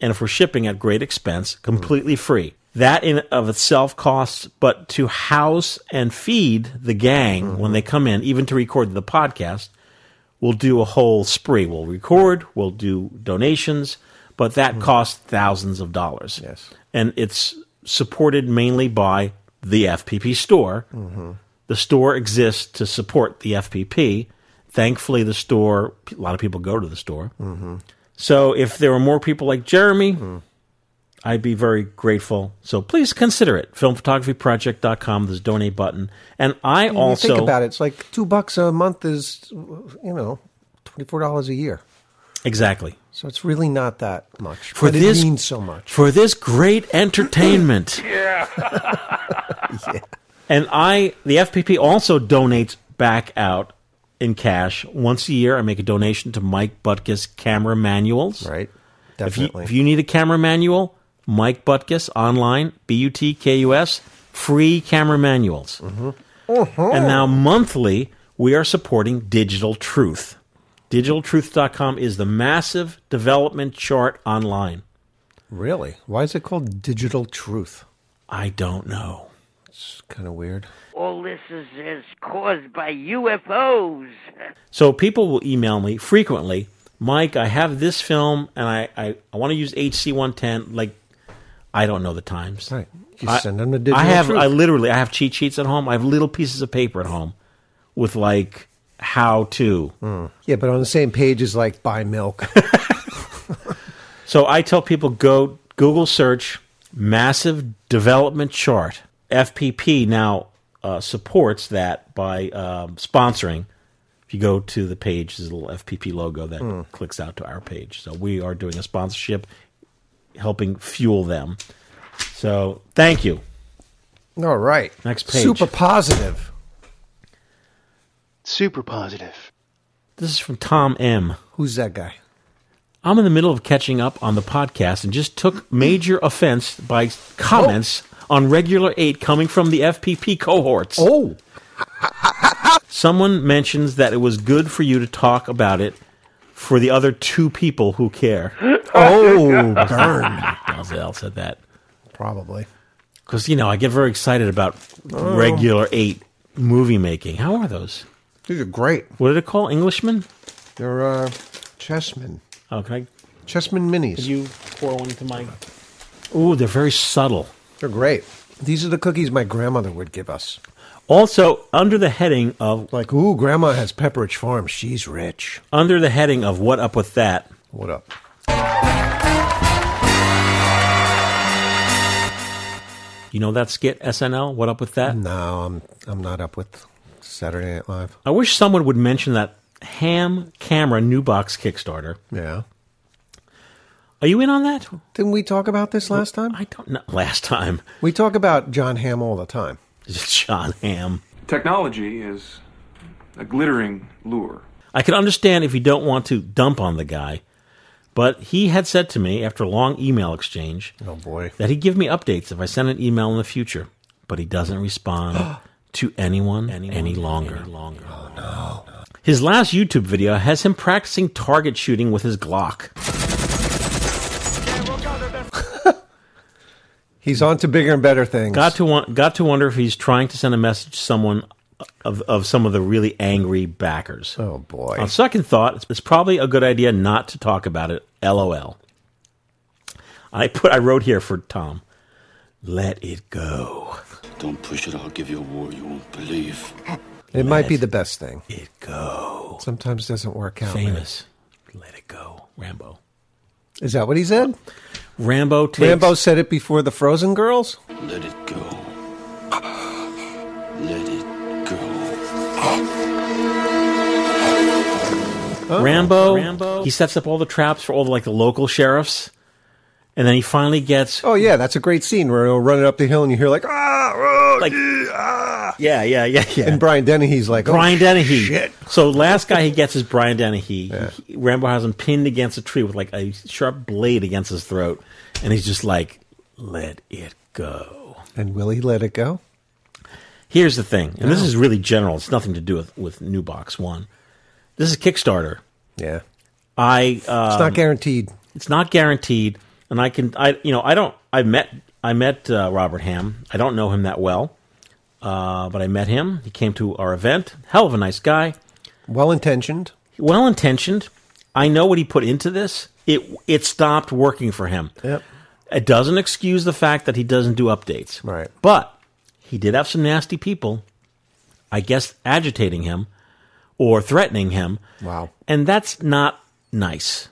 [SPEAKER 3] and if we're shipping at great expense, completely free. That in of itself costs, but to house and feed the gang when they come in, even to record the podcast, we'll do a whole spree. We'll record, we'll do donations, but that costs thousands of dollars.
[SPEAKER 4] Hmm. Yes.
[SPEAKER 3] and it's supported mainly by the FPP store.
[SPEAKER 4] Mm-hmm.
[SPEAKER 3] The store exists to support the FPP. Thankfully, the store, a lot of people go to the store. Mm-hmm. So if there were more people like Jeremy,
[SPEAKER 4] Hmm.
[SPEAKER 3] I'd be very grateful. So please consider it. Filmphotographyproject.com, there's donate button. And I
[SPEAKER 4] When you
[SPEAKER 3] also.
[SPEAKER 4] think about it, it's like two bucks a month is you know twenty four dollars a year,
[SPEAKER 3] Exactly.
[SPEAKER 4] so it's really not that much.
[SPEAKER 3] For
[SPEAKER 4] but
[SPEAKER 3] this-
[SPEAKER 4] it means so much.
[SPEAKER 3] For this great entertainment. And I, the FPP also donates back out in cash. Once a year, I make a donation to Mike Butkus Camera Manuals.
[SPEAKER 4] right,
[SPEAKER 3] If you,
[SPEAKER 4] definitely.
[SPEAKER 3] if you need a camera manual, Mike Butkus online, B U T K U S, free camera manuals.
[SPEAKER 4] Mm-hmm. Uh-huh.
[SPEAKER 3] And now monthly, we are supporting Digital Truth. DigitalTruth.com is the massive development chart online.
[SPEAKER 4] really, why is it called digital truth?
[SPEAKER 3] I don't know.
[SPEAKER 4] It's kind of weird.
[SPEAKER 9] All this is, is caused by UFOs.
[SPEAKER 3] So people will email me frequently, Mike, I have this film and I, I, I want to use HC 110. Like, I don't know the times.
[SPEAKER 4] Right, you
[SPEAKER 3] I-
[SPEAKER 4] send them to digital
[SPEAKER 3] I have
[SPEAKER 4] truth.
[SPEAKER 3] I literally I have cheat sheets at home. I have little pieces of paper at home with like how to.
[SPEAKER 4] yeah, but on the same page is like buy milk.
[SPEAKER 3] So I tell people go Google search massive development chart. FPP now uh, supports that by um, sponsoring. If you go to the page, there's a little FPP logo that clicks out to our page. So we are doing a sponsorship, helping fuel them. So thank you.
[SPEAKER 4] All right,
[SPEAKER 3] Next page.
[SPEAKER 4] Super positive.
[SPEAKER 5] Super positive.
[SPEAKER 3] This is from Tom M.
[SPEAKER 4] Who's that guy?
[SPEAKER 3] I'm in the middle of catching up on the podcast and just took major offense by comments on regular eight coming from the FPP cohorts.
[SPEAKER 4] Oh,
[SPEAKER 3] Someone mentions that it was good for you to talk about it for the other two people who care.
[SPEAKER 4] oh, burn.
[SPEAKER 3] Dalzell said that.
[SPEAKER 4] Probably.
[SPEAKER 3] Because, you know, I get very excited about regular eight movie making. How are those?
[SPEAKER 4] These are great.
[SPEAKER 3] What did it call? Englishmen?
[SPEAKER 4] They're uh, chessmen.
[SPEAKER 3] Oh, can I?
[SPEAKER 4] Chessmen minis.
[SPEAKER 3] Could you pour one into my. Ooh, they're very subtle.
[SPEAKER 4] They're great. These are the cookies my grandmother would give us.
[SPEAKER 3] Also, under the heading of
[SPEAKER 4] Like, ooh, grandma has Pepperidge Farm. She's rich.
[SPEAKER 3] under the heading of what up with that,
[SPEAKER 4] What up?
[SPEAKER 3] You know that skit SNL? What up with that?
[SPEAKER 4] No, I'm I'm not up with Saturday Night Live.
[SPEAKER 3] I wish someone would mention that ham camera new box Kickstarter.
[SPEAKER 4] Yeah.
[SPEAKER 3] Are you in on that?
[SPEAKER 4] Didn't we talk about this last time?
[SPEAKER 3] I don't know. Last time,
[SPEAKER 4] We talk about John Hamm all the time.
[SPEAKER 3] John Hamm.
[SPEAKER 10] Technology is a glittering lure.
[SPEAKER 3] I can understand if you don't want to dump on the guy, but he had said to me after a long email exchange
[SPEAKER 4] Oh boy.
[SPEAKER 3] that he'd give me updates if I sent an email in the future, but he doesn't respond to anyone, any longer. Oh no. His last YouTube video has him practicing target shooting with his Glock.
[SPEAKER 4] He's on to bigger and better things.
[SPEAKER 3] Got to won- got to wonder if he's trying to send a message to someone of of some of the really angry backers.
[SPEAKER 4] Oh boy.
[SPEAKER 3] On second thought, it's- it's probably a good idea not to talk about it. LOL. I put I wrote here for Tom. Let it go.
[SPEAKER 11] Don't push it, I'll give you a war you won't believe.
[SPEAKER 4] it might be the best thing.
[SPEAKER 3] It go.
[SPEAKER 4] Sometimes doesn't work out. man.
[SPEAKER 3] Famous. Let it go. Rambo.
[SPEAKER 4] Is that what he said?
[SPEAKER 3] Rambo takes
[SPEAKER 4] Rambo said it before the Frozen girls.
[SPEAKER 11] Let it go. Let it go.
[SPEAKER 4] oh.
[SPEAKER 3] Rambo, He sets up all the traps for all the, like the local sheriffs, and then he finally gets
[SPEAKER 4] Oh yeah, that's a great scene where he'll run it up the hill and you hear like ah, oh,
[SPEAKER 3] Like-
[SPEAKER 4] gee, ah.
[SPEAKER 3] yeah, yeah, yeah, yeah.
[SPEAKER 4] And Brian Dennehy's like oh,
[SPEAKER 3] Brian Dennehy.
[SPEAKER 4] Shit.
[SPEAKER 3] So last guy he gets is Brian Dennehy. He- Rambo has him pinned against a tree with like a sharp blade against his throat, and he's just like, "Let it go."
[SPEAKER 4] And will he let it go?
[SPEAKER 3] Here's the thing, and this is really general. It's nothing to do with with New Box One. This is Kickstarter.
[SPEAKER 4] Yeah,
[SPEAKER 3] I uh,
[SPEAKER 4] it's not guaranteed.
[SPEAKER 3] it's not guaranteed, and I can I you know I don't I met I met uh, Robert Ham. I don't know him that well, uh, but I met him. He came to our event. Hell of a nice guy.
[SPEAKER 4] Well intentioned.
[SPEAKER 3] well intentioned. I know what he put into this. It it stopped working for him.
[SPEAKER 4] Yep.
[SPEAKER 3] It doesn't excuse the fact that he doesn't do updates.
[SPEAKER 4] Right.
[SPEAKER 3] But he did have some nasty people, I guess, agitating him or threatening him.
[SPEAKER 4] Wow.
[SPEAKER 3] And that's not nice.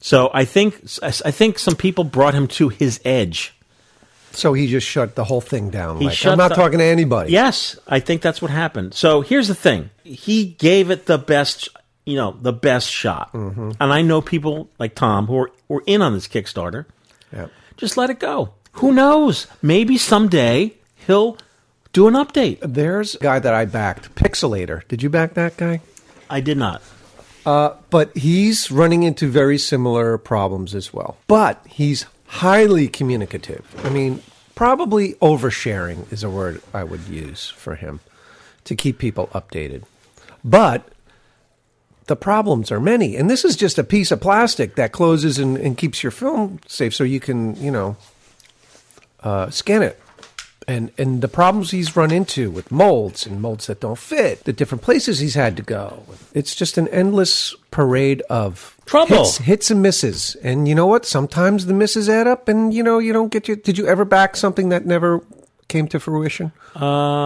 [SPEAKER 3] So I think I think some people brought him to his edge.
[SPEAKER 4] So he just shut the whole thing down.
[SPEAKER 3] He
[SPEAKER 4] like
[SPEAKER 3] shut
[SPEAKER 4] I'm not
[SPEAKER 3] the-
[SPEAKER 4] talking to anybody.
[SPEAKER 3] Yes, I think that's what happened. So here's the thing: he gave it the best, you know, the best shot. And I know people like Tom who are were in on this Kickstarter.
[SPEAKER 4] Yep.
[SPEAKER 3] Just let it go. Who knows? Maybe someday he'll do an update.
[SPEAKER 4] There's a guy that I backed, Pixelator. Did you back that guy?
[SPEAKER 3] I did not.
[SPEAKER 4] but he's running into very similar problems as well. But he's highly communicative. I mean, probably oversharing is a word I would use for him to keep people updated. But the problems are many. And this is just a piece of plastic that closes and, and keeps your film safe so you can, you know, uh, scan it. And, and the problems he's run into with molds and molds that don't fit, the different places he's had to go. It's just an endless parade of
[SPEAKER 3] Trouble.
[SPEAKER 4] Hits, hits and misses. And you know what? Sometimes the misses add up and, you know, you don't get your. Did you ever back something that never came to fruition?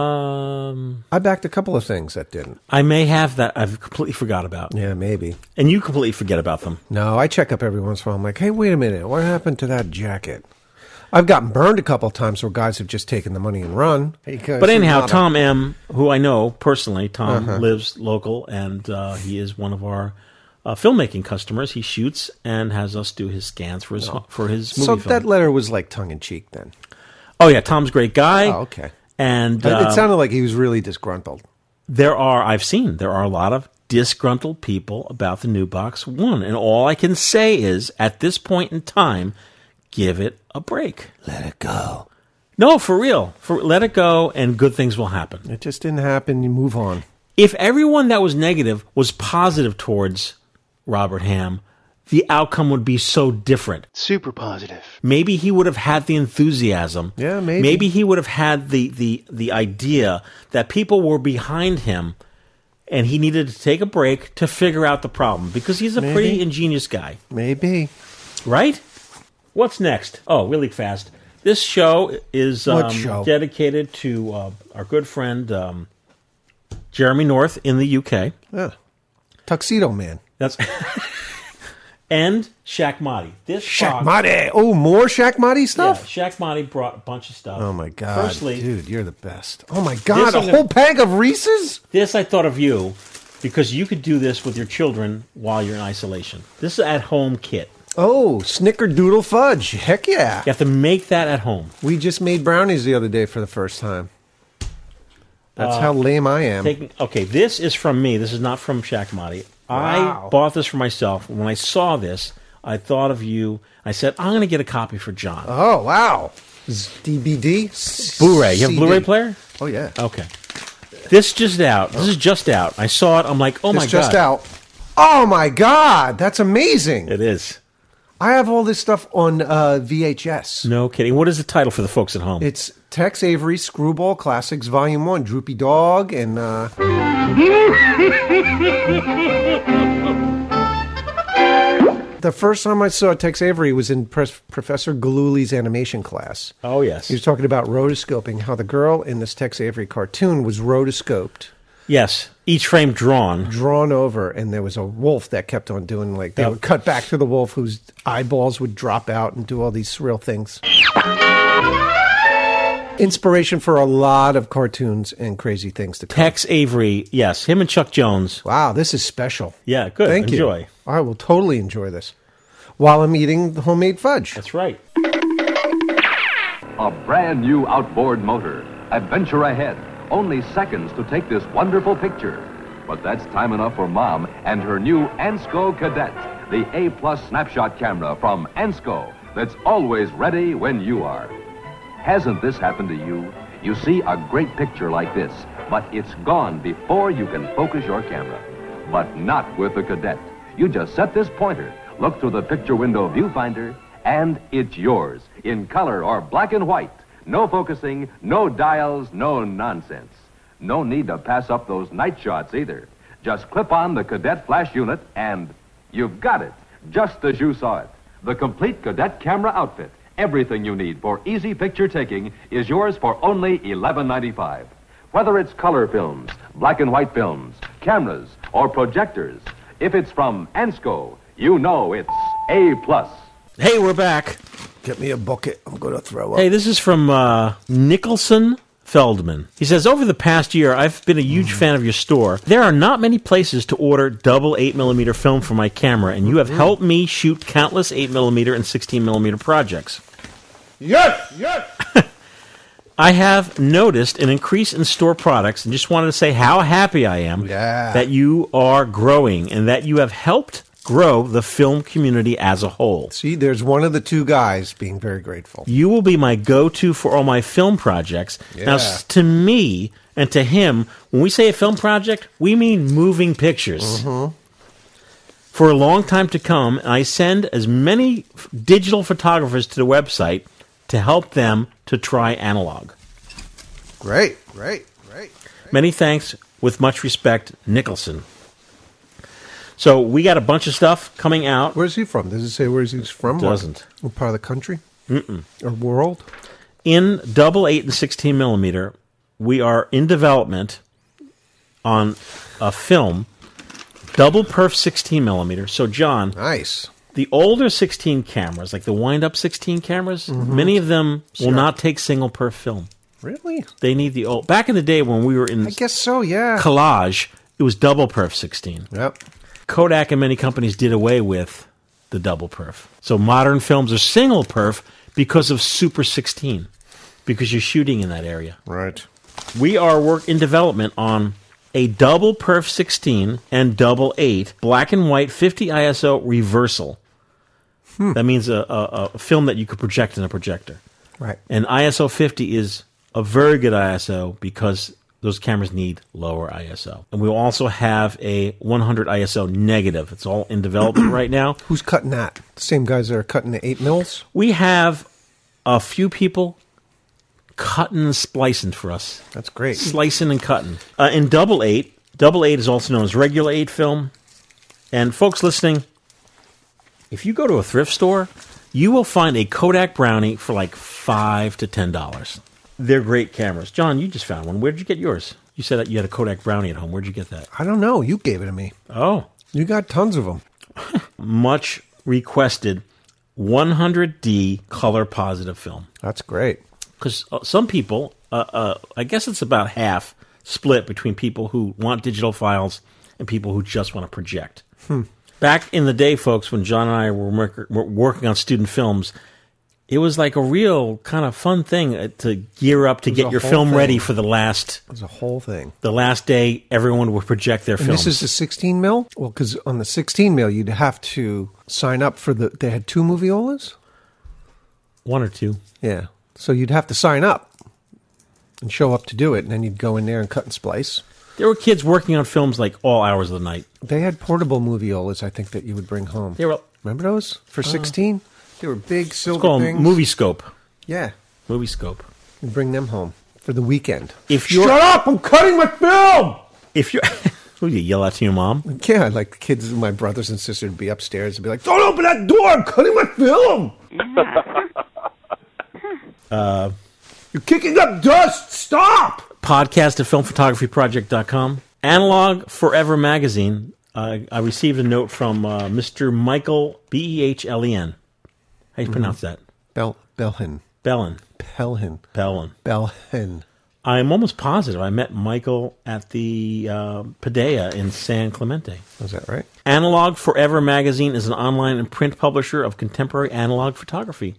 [SPEAKER 3] Um,
[SPEAKER 4] I backed a couple of things that didn't.
[SPEAKER 3] I may have that. I've completely forgot about,
[SPEAKER 4] Yeah, maybe.
[SPEAKER 3] and you completely forget about them.
[SPEAKER 4] No, I check up every once in a while. I'm like, hey, wait a minute, what happened to that jacket? I've gotten burned a couple of times where guys have just taken the money and run.
[SPEAKER 3] But anyhow, Tom M, who I know personally, Tom
[SPEAKER 4] Uh-huh.
[SPEAKER 3] lives local, and uh, he is one of our uh, filmmaking customers. He shoots and has us do his scans for his for his movie
[SPEAKER 4] Oh. So
[SPEAKER 3] film.
[SPEAKER 4] that letter was like tongue in cheek then.
[SPEAKER 3] oh yeah, Tom's a great guy.
[SPEAKER 4] Oh, okay.
[SPEAKER 3] And
[SPEAKER 4] But
[SPEAKER 3] uh,
[SPEAKER 4] it sounded like he was really disgruntled.
[SPEAKER 3] there are I've seen there are a lot of disgruntled people about the new box one, and all I can say is at this point in time, give it a break.
[SPEAKER 4] Let it go.
[SPEAKER 3] No, for real, for let it go, and good things will happen.
[SPEAKER 4] It just didn't happen. You move on.
[SPEAKER 3] if everyone that was negative was positive towards Robert Ham, the outcome would be so different.
[SPEAKER 5] Super positive.
[SPEAKER 3] Maybe he would have had the enthusiasm.
[SPEAKER 4] Yeah, maybe.
[SPEAKER 3] Maybe he would have had the the the idea that people were behind him and he needed to take a break to figure out the problem because he's a pretty ingenious guy,
[SPEAKER 4] Maybe.
[SPEAKER 3] right? What's next? Oh, really fast. This show is
[SPEAKER 4] What
[SPEAKER 3] um,
[SPEAKER 4] show?
[SPEAKER 3] dedicated to uh, our good friend um, Jeremy North in the UK.
[SPEAKER 4] Yeah. Tuxedo Man.
[SPEAKER 3] That's and Shaq Motti. This
[SPEAKER 4] Shaq
[SPEAKER 3] box-
[SPEAKER 4] Mahdi. Oh, more Shaq Mahdi
[SPEAKER 3] yeah,
[SPEAKER 4] stuff?
[SPEAKER 3] Shaq Motti brought a bunch of stuff.
[SPEAKER 4] Oh, my God.
[SPEAKER 3] Firstly,
[SPEAKER 4] Dude, you're the best. Oh, my God.
[SPEAKER 3] This
[SPEAKER 4] A
[SPEAKER 3] I'm
[SPEAKER 4] whole bag of Reese's?
[SPEAKER 3] this I thought of you because you could do this with your children while you're in isolation. This is at home kit.
[SPEAKER 4] Oh, Snickerdoodle Fudge. Heck yeah. Hmm.
[SPEAKER 3] You have to make that at home.
[SPEAKER 4] We just made brownies the other day for the first time. That's
[SPEAKER 3] Uh,
[SPEAKER 4] how lame I am.
[SPEAKER 3] Taking, okay, this is from me. This is not from Shakmati.
[SPEAKER 4] Wow.
[SPEAKER 3] I bought this for myself. When I saw this, I thought of you. I said, I'm going to get a copy for John.
[SPEAKER 4] oh wow, Z- DBD,
[SPEAKER 3] Blu-ray. You have a
[SPEAKER 4] CD.
[SPEAKER 3] Blu-ray player?
[SPEAKER 4] Oh yeah,
[SPEAKER 3] Okay. This just out. This is just out. I saw it. I'm like, oh
[SPEAKER 4] Oh. it's
[SPEAKER 3] my
[SPEAKER 4] just
[SPEAKER 3] god,
[SPEAKER 4] out. Oh my god, that's amazing.
[SPEAKER 3] it is.
[SPEAKER 4] I have all this stuff on uh, VHS.
[SPEAKER 3] No kidding. What is the title for the folks at home?
[SPEAKER 4] It's Tex Avery Screwball Classics Volume One, Droopy Dog, and uh, the first time I saw Tex Avery was in Pres- Professor Galooly's animation class.
[SPEAKER 3] oh yes,
[SPEAKER 4] He was talking about rotoscoping, how the girl in this Tex Avery cartoon was rotoscoped,
[SPEAKER 3] yes. Each frame drawn.
[SPEAKER 4] drawn over, and there was a wolf that kept on doing like they
[SPEAKER 3] Yep.
[SPEAKER 4] would cut back to the wolf whose eyeballs would drop out and do all these surreal things. Inspiration for a lot of cartoons and crazy things to come.
[SPEAKER 3] Tex Avery. Yes, him and Chuck Jones.
[SPEAKER 4] Wow, this is special.
[SPEAKER 3] Yeah, good.
[SPEAKER 4] Thank
[SPEAKER 3] Enjoy.
[SPEAKER 4] you. I will totally enjoy this while I'm eating the homemade fudge.
[SPEAKER 3] That's right.
[SPEAKER 12] A brand new outboard motor. Adventure ahead. Only seconds to take this wonderful picture. But that's time enough for Mom and her new Ansco Cadet, the A plus snapshot camera from Ansco that's always ready when you are. Hasn't this happened to you? You see a great picture like this, but it's gone before you can focus your camera. But not with the cadet. You just set this pointer, look through the picture window viewfinder, and it's yours in color or black and white. No focusing, no dials, no nonsense. No need to pass up those night shots either. Just clip on the cadet flash unit and you've got it, just as you saw it. The complete cadet camera outfit. Everything you need for easy picture taking is yours for only $11.95. Whether it's color films, black and white films, cameras, or projectors, if it's from Ansco, you know it's A plus.
[SPEAKER 3] Hey, we're back.
[SPEAKER 4] Get me a bucket. I'm going to throw up.
[SPEAKER 3] Hey, this is from uh, Nicholson Feldman. He says, Over the past year, I've been a huge fan of your store. There are not many places to order double 8mm film for my camera, and you have
[SPEAKER 4] Mm-hmm.
[SPEAKER 3] helped me shoot countless 8mm and 16mm projects.
[SPEAKER 4] Yes, yes.
[SPEAKER 3] I have noticed an increase in store products and just wanted to say how happy I am
[SPEAKER 4] Yeah.
[SPEAKER 3] that you are growing and that you have helped grow the film community as a whole.
[SPEAKER 4] See, there's one of the two guys being very grateful.
[SPEAKER 3] You will be my go to for all my film projects. Now, s- to me and to him, when we say a film project, we mean moving pictures. For a long time to come, I send as many f- digital photographers to the website to help them to try analog.
[SPEAKER 4] Great, great, great.
[SPEAKER 3] Many thanks. With much respect, Nicholson. So, we got a bunch of stuff coming out.
[SPEAKER 4] Where's he from? Does it say where he's from?
[SPEAKER 3] Doesn't.
[SPEAKER 4] What part of the country? Mm-mm. Or world?
[SPEAKER 3] in double eight and sixteen millimeter, we are in development on a film double perf sixteen millimeter. So John,
[SPEAKER 4] Nice.
[SPEAKER 3] the older sixteen cameras, like the wind up sixteen cameras, many of them will not take single perf film.
[SPEAKER 4] Really?
[SPEAKER 3] They need the old. Back in the day when we were in
[SPEAKER 4] I guess so. Yeah.
[SPEAKER 3] collage, it was double perf sixteen.
[SPEAKER 4] yep.
[SPEAKER 3] Kodak and many companies did away with the double perf. So modern films are single perf because of super sixteen, because you're shooting in that area.
[SPEAKER 4] Right.
[SPEAKER 3] We are work in development on a double perf 16 and double 8 black and white 50 ISO reversal. That means a, a, a film that you could project in a projector.
[SPEAKER 4] Right.
[SPEAKER 3] And ISO 50 is a very good ISO because those cameras need lower ISO. And we'll also have a 100 ISO negative. It's all in development right now.
[SPEAKER 4] Who's cutting that? The same guys that are cutting the eight mils.
[SPEAKER 3] We have a few people cutting and splicing for us.
[SPEAKER 4] That's great.
[SPEAKER 3] slicing and cutting. Uh, in Double Eight, Double Eight is also known as Regular Eight film. And folks listening, if you go to a thrift store, you will find a Kodak Brownie for like five to ten dollars. They're great cameras. John, you just found one. Where'd you get yours? You said that you had a Kodak Brownie at home. Where'd you get that?
[SPEAKER 4] I don't know. You gave it to me.
[SPEAKER 3] Oh,
[SPEAKER 4] You got tons of them.
[SPEAKER 3] much requested 100D color positive film.
[SPEAKER 4] That's great.
[SPEAKER 3] because some people, uh, uh, I guess it's about half split between people who want digital files and people who just want to project.
[SPEAKER 4] Hmm.
[SPEAKER 3] Back in the day, folks, when John and I were, work- were working on student films, It was like a real kind of fun thing uh, to gear up to
[SPEAKER 4] It was
[SPEAKER 3] get
[SPEAKER 4] a
[SPEAKER 3] your
[SPEAKER 4] whole
[SPEAKER 3] film
[SPEAKER 4] thing.
[SPEAKER 3] ready for the last
[SPEAKER 4] It was a whole thing.
[SPEAKER 3] the last day. Everyone would project their
[SPEAKER 4] And
[SPEAKER 3] films.
[SPEAKER 4] this is the 16 mil? Well, because on the 16 mil, you'd have to sign up for the. They had two moviolas?
[SPEAKER 3] One or two.
[SPEAKER 4] Yeah. So you'd have to sign up and show up to do it. And then you'd go in there and cut and splice.
[SPEAKER 3] There were kids working on films like all hours of the night.
[SPEAKER 4] They had portable moviolas, I think, that you would bring home.
[SPEAKER 3] They were Uh-huh.
[SPEAKER 4] Remember those? For 16? They were big
[SPEAKER 3] it's
[SPEAKER 4] silver
[SPEAKER 3] called
[SPEAKER 4] things.
[SPEAKER 3] movie scope.
[SPEAKER 4] Yeah.
[SPEAKER 3] Movie scope.
[SPEAKER 4] You bring them home for the weekend.
[SPEAKER 3] If you're
[SPEAKER 4] Shut up! I'm cutting my film!
[SPEAKER 3] if you're Who, you yell out to your mom.
[SPEAKER 4] Yeah, like the kids, my brothers and sisters would be upstairs and be like, don't open that door! I'm cutting my film!
[SPEAKER 3] Uh,
[SPEAKER 4] You're kicking up dust! Stop!
[SPEAKER 3] podcast at filmphotographyproject.com. Analog Forever Magazine. Uh, I received a note from uh, Mr. Michael B E H L E N. How you pronounce that?
[SPEAKER 4] Bel- Belhin.
[SPEAKER 3] Bellin.
[SPEAKER 4] Pelhin.
[SPEAKER 3] Bellin.
[SPEAKER 4] Belhin.
[SPEAKER 3] I'm almost positive I met Michael at the uh, Padea in San Clemente.
[SPEAKER 4] Is that right?
[SPEAKER 3] Analog Forever Magazine is an online and print publisher of contemporary analog photography.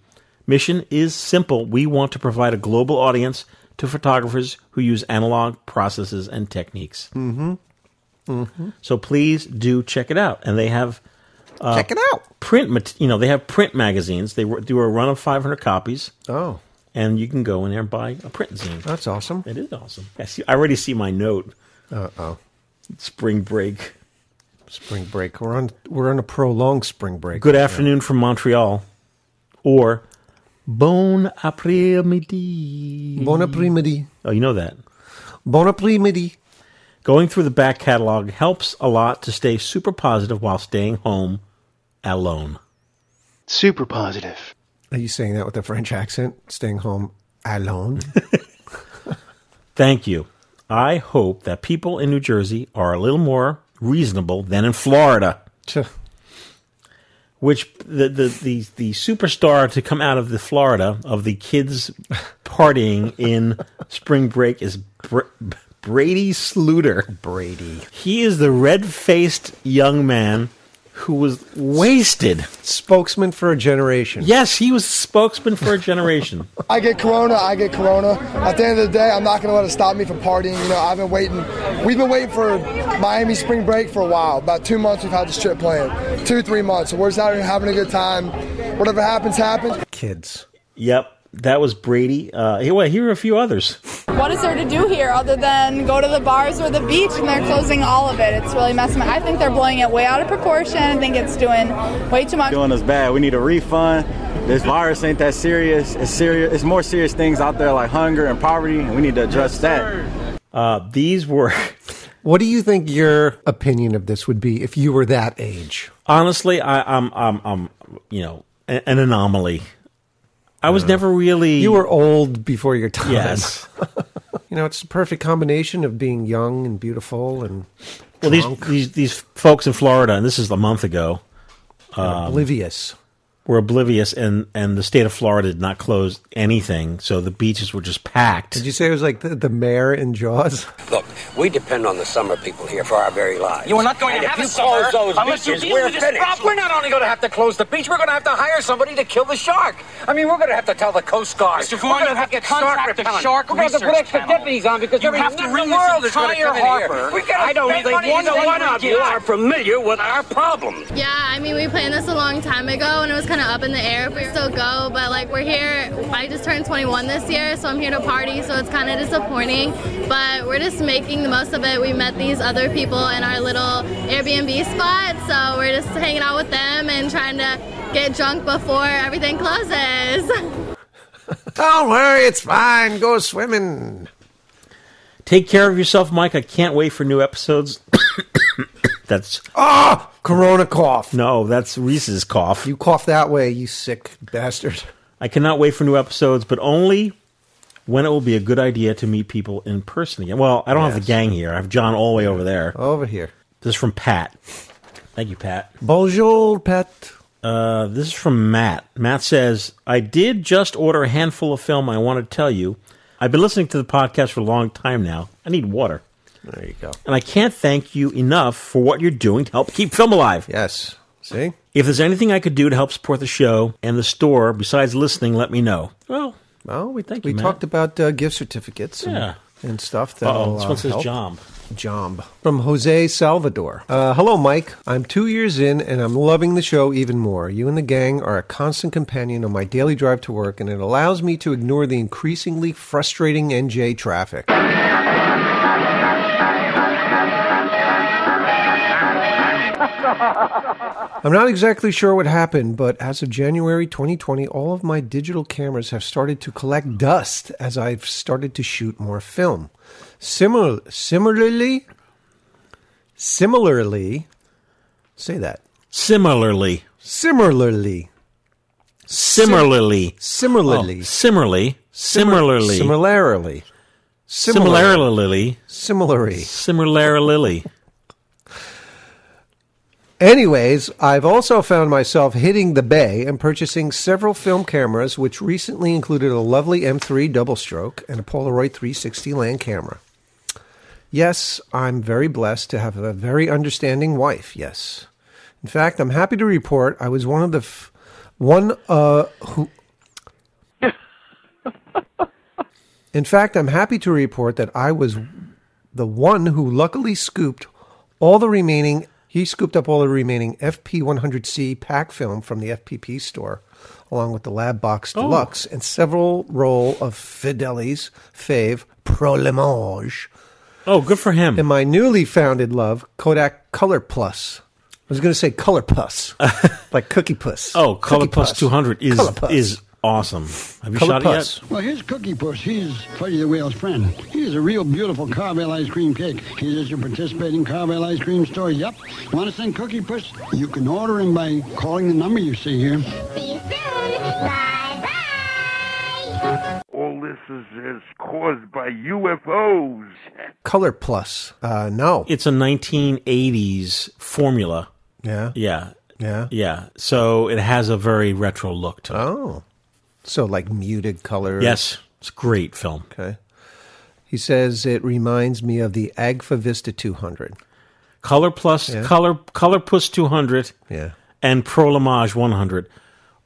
[SPEAKER 3] Mission is simple. We want to provide a global audience to photographers who use analog processes and techniques.
[SPEAKER 4] Mm-hmm. Mm-hmm.
[SPEAKER 3] So please do check it out. And they have uh,
[SPEAKER 4] Check it out.
[SPEAKER 3] print, mat- you know, they have print magazines. They wor- do a run of 500 copies.
[SPEAKER 4] Oh.
[SPEAKER 3] And you can go in there and buy a print zine.
[SPEAKER 4] That's awesome.
[SPEAKER 3] It is awesome. I, see, I already see my note.
[SPEAKER 4] Uh oh.
[SPEAKER 3] Spring break.
[SPEAKER 4] Spring break. We're on. We're on a prolonged spring break.
[SPEAKER 3] Good
[SPEAKER 4] right now.
[SPEAKER 3] afternoon from Montreal. Or Bon après-midi.
[SPEAKER 4] Bon après-midi.
[SPEAKER 3] Oh, you know that.
[SPEAKER 4] Bon après-midi.
[SPEAKER 3] Going through the back catalog helps a lot to stay super positive while staying home alone.
[SPEAKER 5] Super positive.
[SPEAKER 4] Are you saying that with a French accent? Staying home alone.
[SPEAKER 3] Thank you. I hope that people in New Jersey are a little more reasonable than in Florida.
[SPEAKER 4] Tch.
[SPEAKER 3] Which the, the the the superstar to come out of the Florida of the kids partying in spring break is Br- Brady Sluter.
[SPEAKER 4] Brady.
[SPEAKER 3] He is the red-faced young man who was wasted.
[SPEAKER 4] Spokesman for a generation.
[SPEAKER 3] Yes, he was spokesman for a generation.
[SPEAKER 13] I get corona, I get corona. At the end of the day, I'm not going to let it stop me from partying. You know, I've been waiting. We've been waiting for Miami spring break for a while. About two months we've had this trip planned. Two, three months. So we're just out here having a good time. Whatever happens, happens.
[SPEAKER 4] Kids.
[SPEAKER 3] Yep, that was Brady. Uh, he- well, here are a few others.
[SPEAKER 14] What is there to do here other than go to the bars or the beach and they're closing all of it? It's really messing. I think they're blowing it way out of proportion. I think it's doing way too much.
[SPEAKER 15] doing us bad. We need a refund. This virus ain't that serious. It's serious. It's more serious things out there like hunger and poverty, and we need to address that.
[SPEAKER 3] Uh, these were
[SPEAKER 4] What do you think your opinion of this would be if you were that age?
[SPEAKER 3] honestly, I, I'm, I'm, I'm, you know, a- an anomaly. I was never really.
[SPEAKER 4] You were old before your time.
[SPEAKER 3] Yes.
[SPEAKER 4] you know, it's the perfect combination of being young and beautiful and
[SPEAKER 3] Well, these,
[SPEAKER 4] drunk
[SPEAKER 3] these these folks in Florida, and this is a month ago,
[SPEAKER 4] and
[SPEAKER 3] um,
[SPEAKER 4] oblivious.
[SPEAKER 3] were oblivious, and and the state of Florida did not close anything, so the beaches were just packed.
[SPEAKER 4] Did you say it was like the, the mayor in Jaws?
[SPEAKER 16] Look, we depend on the summer people here for our very lives.
[SPEAKER 17] You are not going
[SPEAKER 16] And
[SPEAKER 17] to
[SPEAKER 16] if
[SPEAKER 17] have
[SPEAKER 16] you
[SPEAKER 17] a summer
[SPEAKER 16] close those
[SPEAKER 17] unless you
[SPEAKER 16] beaches,
[SPEAKER 17] deal
[SPEAKER 16] we're
[SPEAKER 17] with this
[SPEAKER 16] finished.
[SPEAKER 17] problem.
[SPEAKER 16] We're not only going to have to close the beach, we're going to have to hire somebody to kill the shark. I mean, we're going to have to tell the Coast Guard.
[SPEAKER 17] Mr.
[SPEAKER 16] we're
[SPEAKER 17] Vaughn,
[SPEAKER 16] going
[SPEAKER 17] you
[SPEAKER 16] to
[SPEAKER 17] have to
[SPEAKER 16] get shark
[SPEAKER 17] contract a
[SPEAKER 16] repellent.
[SPEAKER 17] shark
[SPEAKER 16] We're going to put
[SPEAKER 17] research
[SPEAKER 16] extra
[SPEAKER 17] panel.
[SPEAKER 16] deputies on because
[SPEAKER 17] You
[SPEAKER 16] every
[SPEAKER 17] have to
[SPEAKER 16] nut in the
[SPEAKER 17] ring this
[SPEAKER 16] world is going to
[SPEAKER 17] entire
[SPEAKER 16] come in here.
[SPEAKER 17] harbor.
[SPEAKER 16] We gotta
[SPEAKER 17] I don't
[SPEAKER 16] spend
[SPEAKER 17] think
[SPEAKER 16] money
[SPEAKER 17] one
[SPEAKER 16] until
[SPEAKER 17] one
[SPEAKER 16] we
[SPEAKER 17] of
[SPEAKER 16] get
[SPEAKER 17] you
[SPEAKER 16] out.
[SPEAKER 17] are familiar with our problem.
[SPEAKER 18] Yeah, I mean, we planned this a long time ago and it was kind of up in the air if we still go, but like we're here. I just turned 21 this year, so I'm here to party, so it's kind of disappointing, but we're just making the most of it. We met these other people in our little Airbnb spot, so we're just hanging out with them and trying to get drunk before everything closes.
[SPEAKER 4] Don't worry, it's fine. Go swimming.
[SPEAKER 3] Take care of yourself, Mike. I can't wait for new episodes. that's
[SPEAKER 4] Ah, Corona cough.
[SPEAKER 3] no, that's Reese's cough.
[SPEAKER 4] You cough that way, you sick bastard.
[SPEAKER 3] I cannot wait for new episodes, but only when it will be a good idea to meet people in person again. Well, I don't have the gang here. I have John all the way over there.
[SPEAKER 4] Over here.
[SPEAKER 3] This is from Pat. Thank you, Pat.
[SPEAKER 4] Bonjour, Pat.
[SPEAKER 3] Uh, this is from Matt. Matt says, I did just order a handful of film I want to tell you. I've been listening to the podcast for a long time now. I need water.
[SPEAKER 4] There you go.
[SPEAKER 3] And I can't thank you enough for what you're doing to help keep film alive.
[SPEAKER 4] Yes. See?
[SPEAKER 3] If there's anything I could do to help support the show and the store besides listening, let me know. Well,
[SPEAKER 4] well, we thank
[SPEAKER 3] you,
[SPEAKER 4] we
[SPEAKER 3] Matt.
[SPEAKER 4] talked about uh, gift certificates and,
[SPEAKER 3] Yeah.
[SPEAKER 4] and stuff.
[SPEAKER 3] Uh-oh,
[SPEAKER 4] that'll,
[SPEAKER 3] this
[SPEAKER 4] Uh,
[SPEAKER 3] one says
[SPEAKER 4] help.
[SPEAKER 3] Jomb.
[SPEAKER 4] Jomb from Jose Salvador. Uh, hello, Mike. I'm two years in and I'm loving the show even more. You and the gang are a constant companion on my daily drive to work, and it allows me to ignore the increasingly frustrating NJ traffic. I'm not exactly sure what happened, but as of January 2020, all of my digital cameras have started to collect dust as I've started to shoot more film. Similar, similarly, similarly, say that.
[SPEAKER 3] Similarly.
[SPEAKER 4] Similarly.
[SPEAKER 3] Similarly.
[SPEAKER 4] Similarly.
[SPEAKER 3] Oh, similarly. Similarly.
[SPEAKER 4] Similarly.
[SPEAKER 3] Similarly.
[SPEAKER 4] Similarly.
[SPEAKER 3] Similarly.
[SPEAKER 4] Anyways, I've also found myself hitting the bay and purchasing several film cameras, which recently included a lovely M3 double stroke and a Polaroid 360 land camera. Yes, I'm very blessed to have a very understanding wife. Yes. In fact, I'm happy to report I was one of the f- one uh who In fact, I'm happy to report that I was the one who luckily scooped all the remaining. He scooped up all the remaining FP100C pack film from the FPP store, along with the Lab Box
[SPEAKER 3] Oh.
[SPEAKER 4] Deluxe and several roll of Fideli's fave Prolemange.
[SPEAKER 3] Oh, good for him!
[SPEAKER 4] And my newly founded love, Kodak Color Plus. I was going to say Color Puss, like Cookie Puss.
[SPEAKER 3] Oh, Color
[SPEAKER 4] Cookie
[SPEAKER 3] Plus 200 is
[SPEAKER 4] Color Puss.
[SPEAKER 3] is awesome. Have you
[SPEAKER 4] Color
[SPEAKER 3] shot
[SPEAKER 4] Puss.
[SPEAKER 3] it yet?
[SPEAKER 19] Well, here's Cookie Puss. He's Fuddy the Whale's friend. He's a real beautiful caramel ice cream cake. He's at your participating caramel ice cream store. Yep. Want to send Cookie Puss? You can order him by calling the number you see here.
[SPEAKER 7] All this is, is caused by UFOs.
[SPEAKER 4] Color Plus. Uh, no.
[SPEAKER 3] It's a 1980s formula.
[SPEAKER 4] Yeah.
[SPEAKER 3] Yeah.
[SPEAKER 4] Yeah.
[SPEAKER 3] Yeah. So it has a very retro look to it.
[SPEAKER 4] Oh. So, like muted color.
[SPEAKER 3] Yes. It's a great film.
[SPEAKER 4] Okay. He says it reminds me of the Agfa Vista 200.
[SPEAKER 3] Color Plus,
[SPEAKER 4] Yeah.
[SPEAKER 3] Color Color Plus 200,
[SPEAKER 4] Yeah.
[SPEAKER 3] and Pro Lamage 100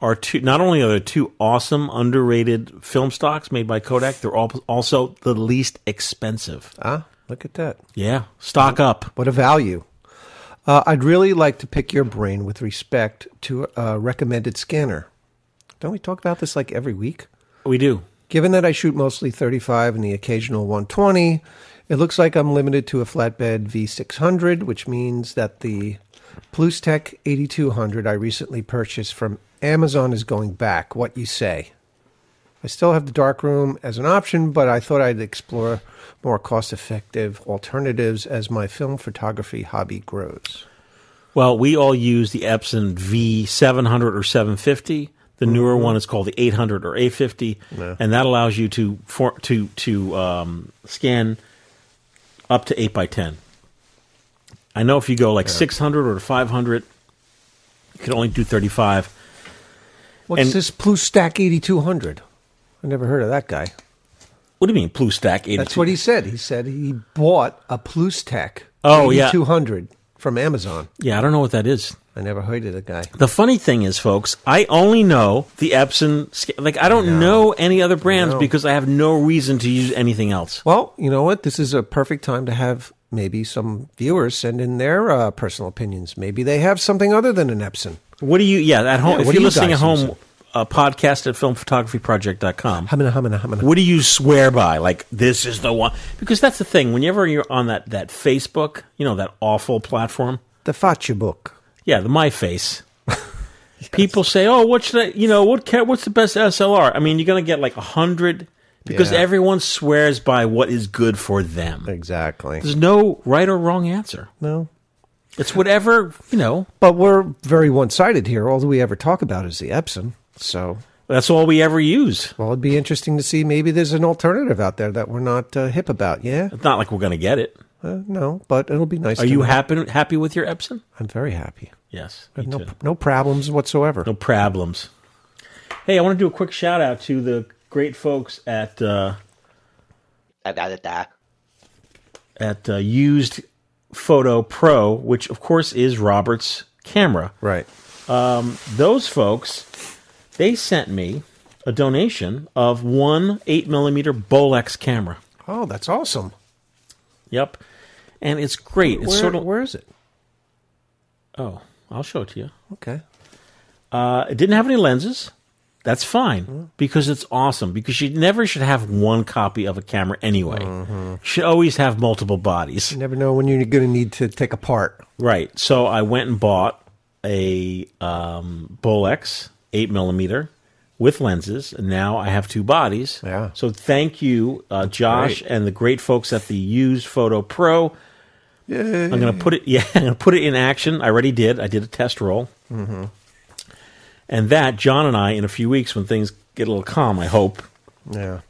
[SPEAKER 3] are two. Not only are they two awesome, underrated film stocks made by Kodak, they're all, also the least expensive.
[SPEAKER 4] Ah, look at that.
[SPEAKER 3] Yeah, stock up.
[SPEAKER 4] What a value. Uh, I'd really like to pick your brain with respect to a recommended scanner. Don't we talk about this like every week?
[SPEAKER 3] We do.
[SPEAKER 4] Given that I shoot mostly 35 and the occasional 120, it looks like I'm limited to a flatbed V600, which means that the Plustech 8200 I recently purchased from Amazon is going back. What you say? I still have the darkroom as an option, but I thought I'd explore more cost effective alternatives as my film photography hobby grows.
[SPEAKER 3] Well, we all use the Epson V700 or 750. The newer one is called the 800 or 850,
[SPEAKER 4] Yeah.
[SPEAKER 3] and that allows you to for, to to um, scan up to 8 by 10. I know if you go like 600 or 500, you can only do 35.
[SPEAKER 4] What's
[SPEAKER 3] And-
[SPEAKER 4] this Plustech 8200? I never heard of that guy.
[SPEAKER 3] What do you mean, BlueStack 82?
[SPEAKER 4] That's what he said. He said he bought a Plustech
[SPEAKER 3] Oh, yeah.
[SPEAKER 4] 8200 from Amazon.
[SPEAKER 3] Yeah, I don't know what that is.
[SPEAKER 4] I never heard of the guy.
[SPEAKER 3] The funny thing is, folks, I only know the Epson. sca- Like, I don't know any other brands
[SPEAKER 4] No.
[SPEAKER 3] because I have no reason to use anything else.
[SPEAKER 4] Well, you know what? This is a perfect time to have maybe some viewers send in their uh, personal opinions. Maybe they have something other than an Epson.
[SPEAKER 3] What do you, yeah, at home,
[SPEAKER 4] Yeah,
[SPEAKER 3] if you're
[SPEAKER 4] what do you
[SPEAKER 3] listening at
[SPEAKER 4] guys
[SPEAKER 3] home,
[SPEAKER 4] use?
[SPEAKER 3] uh, podcast at filmphotographyproject.com,
[SPEAKER 4] Humana, humana, humana.
[SPEAKER 3] what do you swear by? Like, this is the one. Because that's the thing. Whenever you're on that, that Facebook, you know, that awful platform,
[SPEAKER 4] The Faccia book.
[SPEAKER 3] yeah, the My Face. People say, "Oh, what should I? You know, what ca- what's the best SLR?" I mean, you're going to get like a hundred because
[SPEAKER 4] Yeah.
[SPEAKER 3] everyone swears by what is good for them.
[SPEAKER 4] Exactly.
[SPEAKER 3] There's no right or wrong answer.
[SPEAKER 4] No.
[SPEAKER 3] It's whatever you know.
[SPEAKER 4] But we're very one sided here. All we ever talk about is the Epson. So,
[SPEAKER 3] That's all we ever use.
[SPEAKER 4] well, it'd be interesting to see maybe there's an alternative out there that we're not uh, hip about. Yeah?
[SPEAKER 3] It's not like we're going to get it.
[SPEAKER 4] Uh, no, but it'll be nice.
[SPEAKER 3] Are
[SPEAKER 4] to
[SPEAKER 3] you
[SPEAKER 4] know.
[SPEAKER 3] happy happy with your Epson?
[SPEAKER 4] I'm very happy.
[SPEAKER 3] Yes,
[SPEAKER 4] I have
[SPEAKER 3] me
[SPEAKER 4] no,
[SPEAKER 3] too.
[SPEAKER 4] no problems whatsoever.
[SPEAKER 3] no problems. Hey, I want to do a quick shout out to the great folks at uh, at uh, Used Photo Pro, which of course is Robert's camera.
[SPEAKER 4] Right.
[SPEAKER 3] Um, those folks, they sent me a donation of one 8mm Bolex camera.
[SPEAKER 4] Oh, that's awesome.
[SPEAKER 3] Yep. And it's great. it's
[SPEAKER 4] Where-
[SPEAKER 3] sort of
[SPEAKER 4] where is it?
[SPEAKER 3] Oh, I'll show it to you.
[SPEAKER 4] Okay.
[SPEAKER 3] Uh, it didn't have any lenses. That's fine
[SPEAKER 4] Mm-hmm.
[SPEAKER 3] because it's awesome. Because you never should have one copy of a camera anyway.
[SPEAKER 4] Mm-hmm.
[SPEAKER 3] You should always have multiple bodies.
[SPEAKER 4] You never know when you're going to need to take apart.
[SPEAKER 3] Right. So I went and bought a um, Bolex eight millimeter with lenses, and now I have two bodies. Yeah. So thank you, uh, Josh,
[SPEAKER 2] great.
[SPEAKER 3] and the great folks at the Used Photo Pro. I'm gonna put it. Yeah, I'm gonna put it in action. I already did. I did a test roll.
[SPEAKER 2] Mm-hmm.
[SPEAKER 3] And that, John and I, in a few weeks when things get a little calm, I hope.
[SPEAKER 4] Yeah.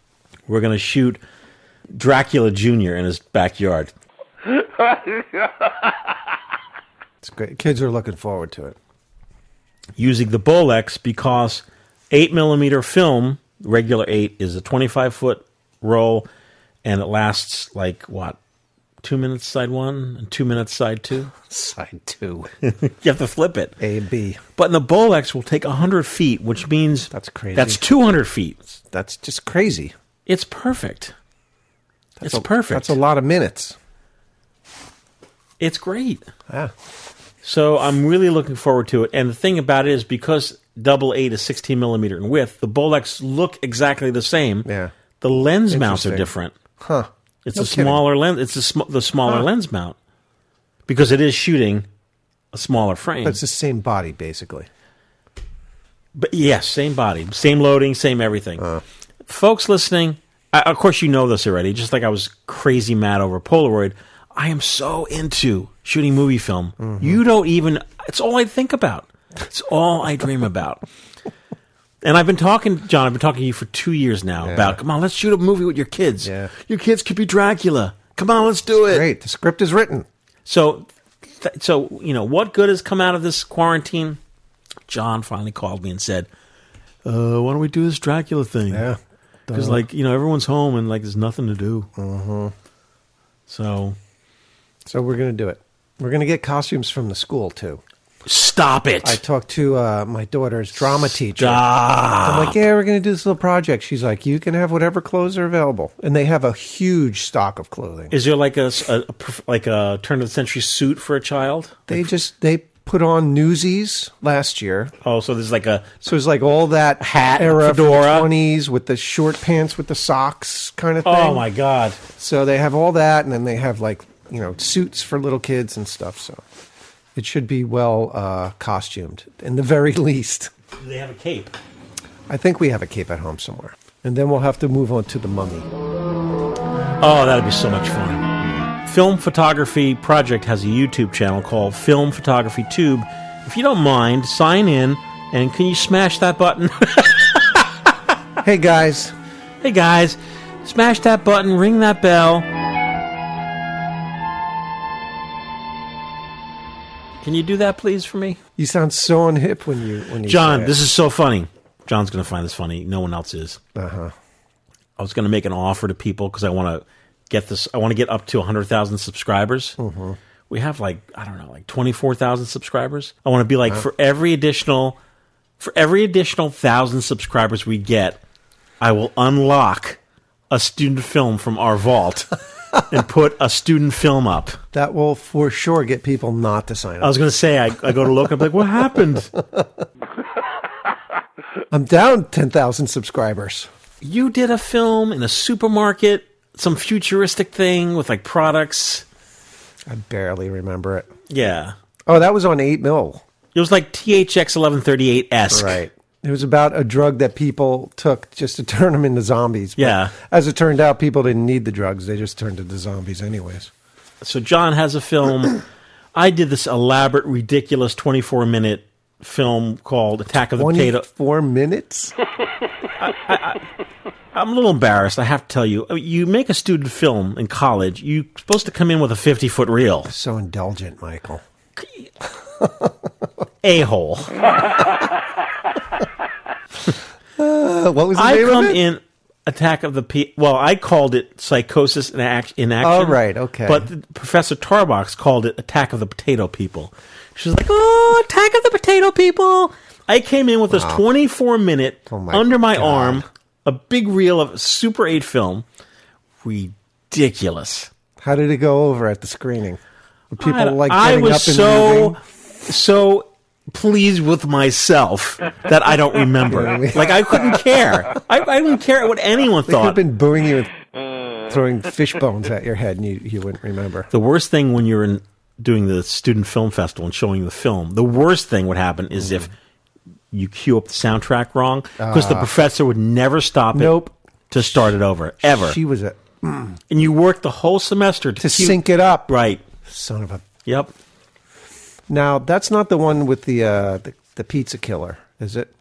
[SPEAKER 3] We're going to shoot Dracula Jr. in his backyard.
[SPEAKER 4] It's great. Kids are looking forward to it.
[SPEAKER 3] using the Bolex because 8 millimeter film, regular 8, is a 25 foot roll and it lasts like what? Two minutes side one and two minutes side two?
[SPEAKER 4] Side two.
[SPEAKER 3] you have to flip it.
[SPEAKER 4] A and B.
[SPEAKER 3] But the Bolex will take 100 feet, which means that's
[SPEAKER 4] crazy.
[SPEAKER 3] That's 200 feet.
[SPEAKER 4] That's just crazy.
[SPEAKER 3] It's perfect.
[SPEAKER 4] That's
[SPEAKER 3] it's
[SPEAKER 4] a-
[SPEAKER 3] perfect.
[SPEAKER 4] That's a lot of minutes.
[SPEAKER 3] It's great. So I'm really looking forward to it. And the thing about it is because double eight is 16 millimeter in width, the Bolex look exactly the same. Yeah. The lens mounts are
[SPEAKER 4] Interesting.
[SPEAKER 3] different.
[SPEAKER 4] Huh.
[SPEAKER 3] It's
[SPEAKER 4] No
[SPEAKER 3] a
[SPEAKER 4] kidding.
[SPEAKER 3] smaller lens. It's a sm- the smaller
[SPEAKER 4] Huh.
[SPEAKER 3] lens mount because it is shooting a smaller frame.
[SPEAKER 4] But it's the same body, basically.
[SPEAKER 3] But yes, same body, same loading, same everything. Folks listening, I, of course you know this already. Just like I was crazy mad over Polaroid, I am so into shooting movie film. You don't even. It's all I think about. It's all I dream about. And I've been talking, John. I've been talking to you for two years now about. Come on, let's shoot a movie with your kids. Your kids could be Dracula. Come on, let's do it.
[SPEAKER 4] Great. The script is written.
[SPEAKER 3] So, th- so you know what good has come out of this quarantine? John finally called me and said, uh, "Why don't we do this Dracula thing?" Yeah, because
[SPEAKER 2] Duh.
[SPEAKER 3] like you know everyone's home and like there's nothing to do. Mm-hmm. So
[SPEAKER 4] So we're going to do it. We're going to get costumes from the school, too.
[SPEAKER 3] stop it.
[SPEAKER 4] I talked to uh, my daughter's drama teacher.
[SPEAKER 3] Stop.
[SPEAKER 4] I'm like, yeah, we're going to do this little project. She's like, you can have whatever clothes are available. And they have a huge stock of clothing.
[SPEAKER 3] Is there like a, s- a- a perf- like a turn of the century suit for a child?
[SPEAKER 4] They just, they put on Newsies last year.
[SPEAKER 3] Oh, so there's like a
[SPEAKER 4] So it's like all that
[SPEAKER 3] Hat,
[SPEAKER 4] era
[SPEAKER 3] fedora.
[SPEAKER 4] from the 20s with the short pants with the socks kind of thing.
[SPEAKER 3] oh my god.
[SPEAKER 4] So they have all that, and then they have like you know suits for little kids and stuff. So it should be well uh, costumed, in the very least.
[SPEAKER 3] Do they have a cape?
[SPEAKER 4] I think we have a cape at home somewhere, and then we'll have to move on to the mummy.
[SPEAKER 3] Oh, that'd be so much fun. Film Photography Project has a YouTube channel called Film Photography Tube. If you don't mind, sign in and can you smash that button?
[SPEAKER 4] hey guys.
[SPEAKER 3] Hey guys, smash that button, ring that bell. Can you do that please for me?
[SPEAKER 4] You sound so unhip when you when you
[SPEAKER 3] John,
[SPEAKER 4] say
[SPEAKER 3] this
[SPEAKER 4] it.
[SPEAKER 3] is so funny. John's going to find this funny. No one else is.
[SPEAKER 4] Uh-huh.
[SPEAKER 3] I was going to make an offer to people because I want to get this. I want to get up to 100,000 subscribers.
[SPEAKER 4] Mm-hmm.
[SPEAKER 2] Mhm.
[SPEAKER 3] We have like, I don't know, like 24,000 subscribers. I want to be like,
[SPEAKER 4] Uh-huh.
[SPEAKER 2] Wow.
[SPEAKER 3] for every additional, for every additional thousand subscribers we get, I will unlock a student film from our vault and put a student film up.
[SPEAKER 4] that will for sure get people not to sign up.
[SPEAKER 3] I was going to say, I, I go to look, I'm like, what happened?
[SPEAKER 4] I'm down ten thousand subscribers.
[SPEAKER 3] you did a film in a supermarket, some futuristic thing with like products.
[SPEAKER 4] I barely remember it.
[SPEAKER 3] Yeah.
[SPEAKER 4] Oh, that was on eight mil.
[SPEAKER 3] It was like THX 1138 esque.
[SPEAKER 4] Right. It was about a drug that people took just to turn them into zombies. But
[SPEAKER 3] Yeah.
[SPEAKER 4] As it turned out, people didn't need the drugs. They just turned into zombies, anyways.
[SPEAKER 3] So John has a film. I did this elaborate, ridiculous 24 minute film called Attack of the Potato.
[SPEAKER 4] 24 minutes?
[SPEAKER 3] I'm a little embarrassed, I have to tell you. I mean, You make a student film in college, you're supposed to come in with a 50 foot reel.
[SPEAKER 4] So indulgent, Michael.
[SPEAKER 3] A hole.
[SPEAKER 4] Uh, what was the
[SPEAKER 3] I
[SPEAKER 4] name
[SPEAKER 3] come
[SPEAKER 4] of it?
[SPEAKER 3] in Attack of the P. Well, I called it Psychosis in, act- in Action.
[SPEAKER 4] Oh, right, okay.
[SPEAKER 3] But Professor Tarbox called it Attack of the Potato People. She's like, "Oh, attack of the potato people!" I came in with this
[SPEAKER 2] Wow.
[SPEAKER 3] 24 minute
[SPEAKER 4] Oh
[SPEAKER 3] under my
[SPEAKER 2] God.
[SPEAKER 3] arm, a big reel of Super 8 film. Ridiculous.
[SPEAKER 4] How did it go over at the screening? Were
[SPEAKER 3] I
[SPEAKER 4] people
[SPEAKER 3] don't-
[SPEAKER 4] like
[SPEAKER 3] I
[SPEAKER 4] getting
[SPEAKER 3] was
[SPEAKER 4] up and
[SPEAKER 3] so
[SPEAKER 4] moving?
[SPEAKER 3] so pleased with myself that I don't remember. like I couldn't care. I, I didn't care what anyone
[SPEAKER 4] They could have
[SPEAKER 3] thought.
[SPEAKER 4] been booing you, and throwing fish bones at your head, and you, you wouldn't remember.
[SPEAKER 3] The worst thing when you're in doing the student film festival and showing the film, the worst thing would happen is if you cue up the soundtrack wrong because the
[SPEAKER 4] Ah.
[SPEAKER 3] professor would never stop it
[SPEAKER 4] Nope.
[SPEAKER 3] to start it over ever.
[SPEAKER 4] She was a
[SPEAKER 3] and you worked the whole semester to,
[SPEAKER 4] to
[SPEAKER 3] cue-
[SPEAKER 4] sync it up.
[SPEAKER 3] Right.
[SPEAKER 4] Son of a.
[SPEAKER 3] Yep.
[SPEAKER 4] Now that's not the one with the uh, the, the pizza killer, is it?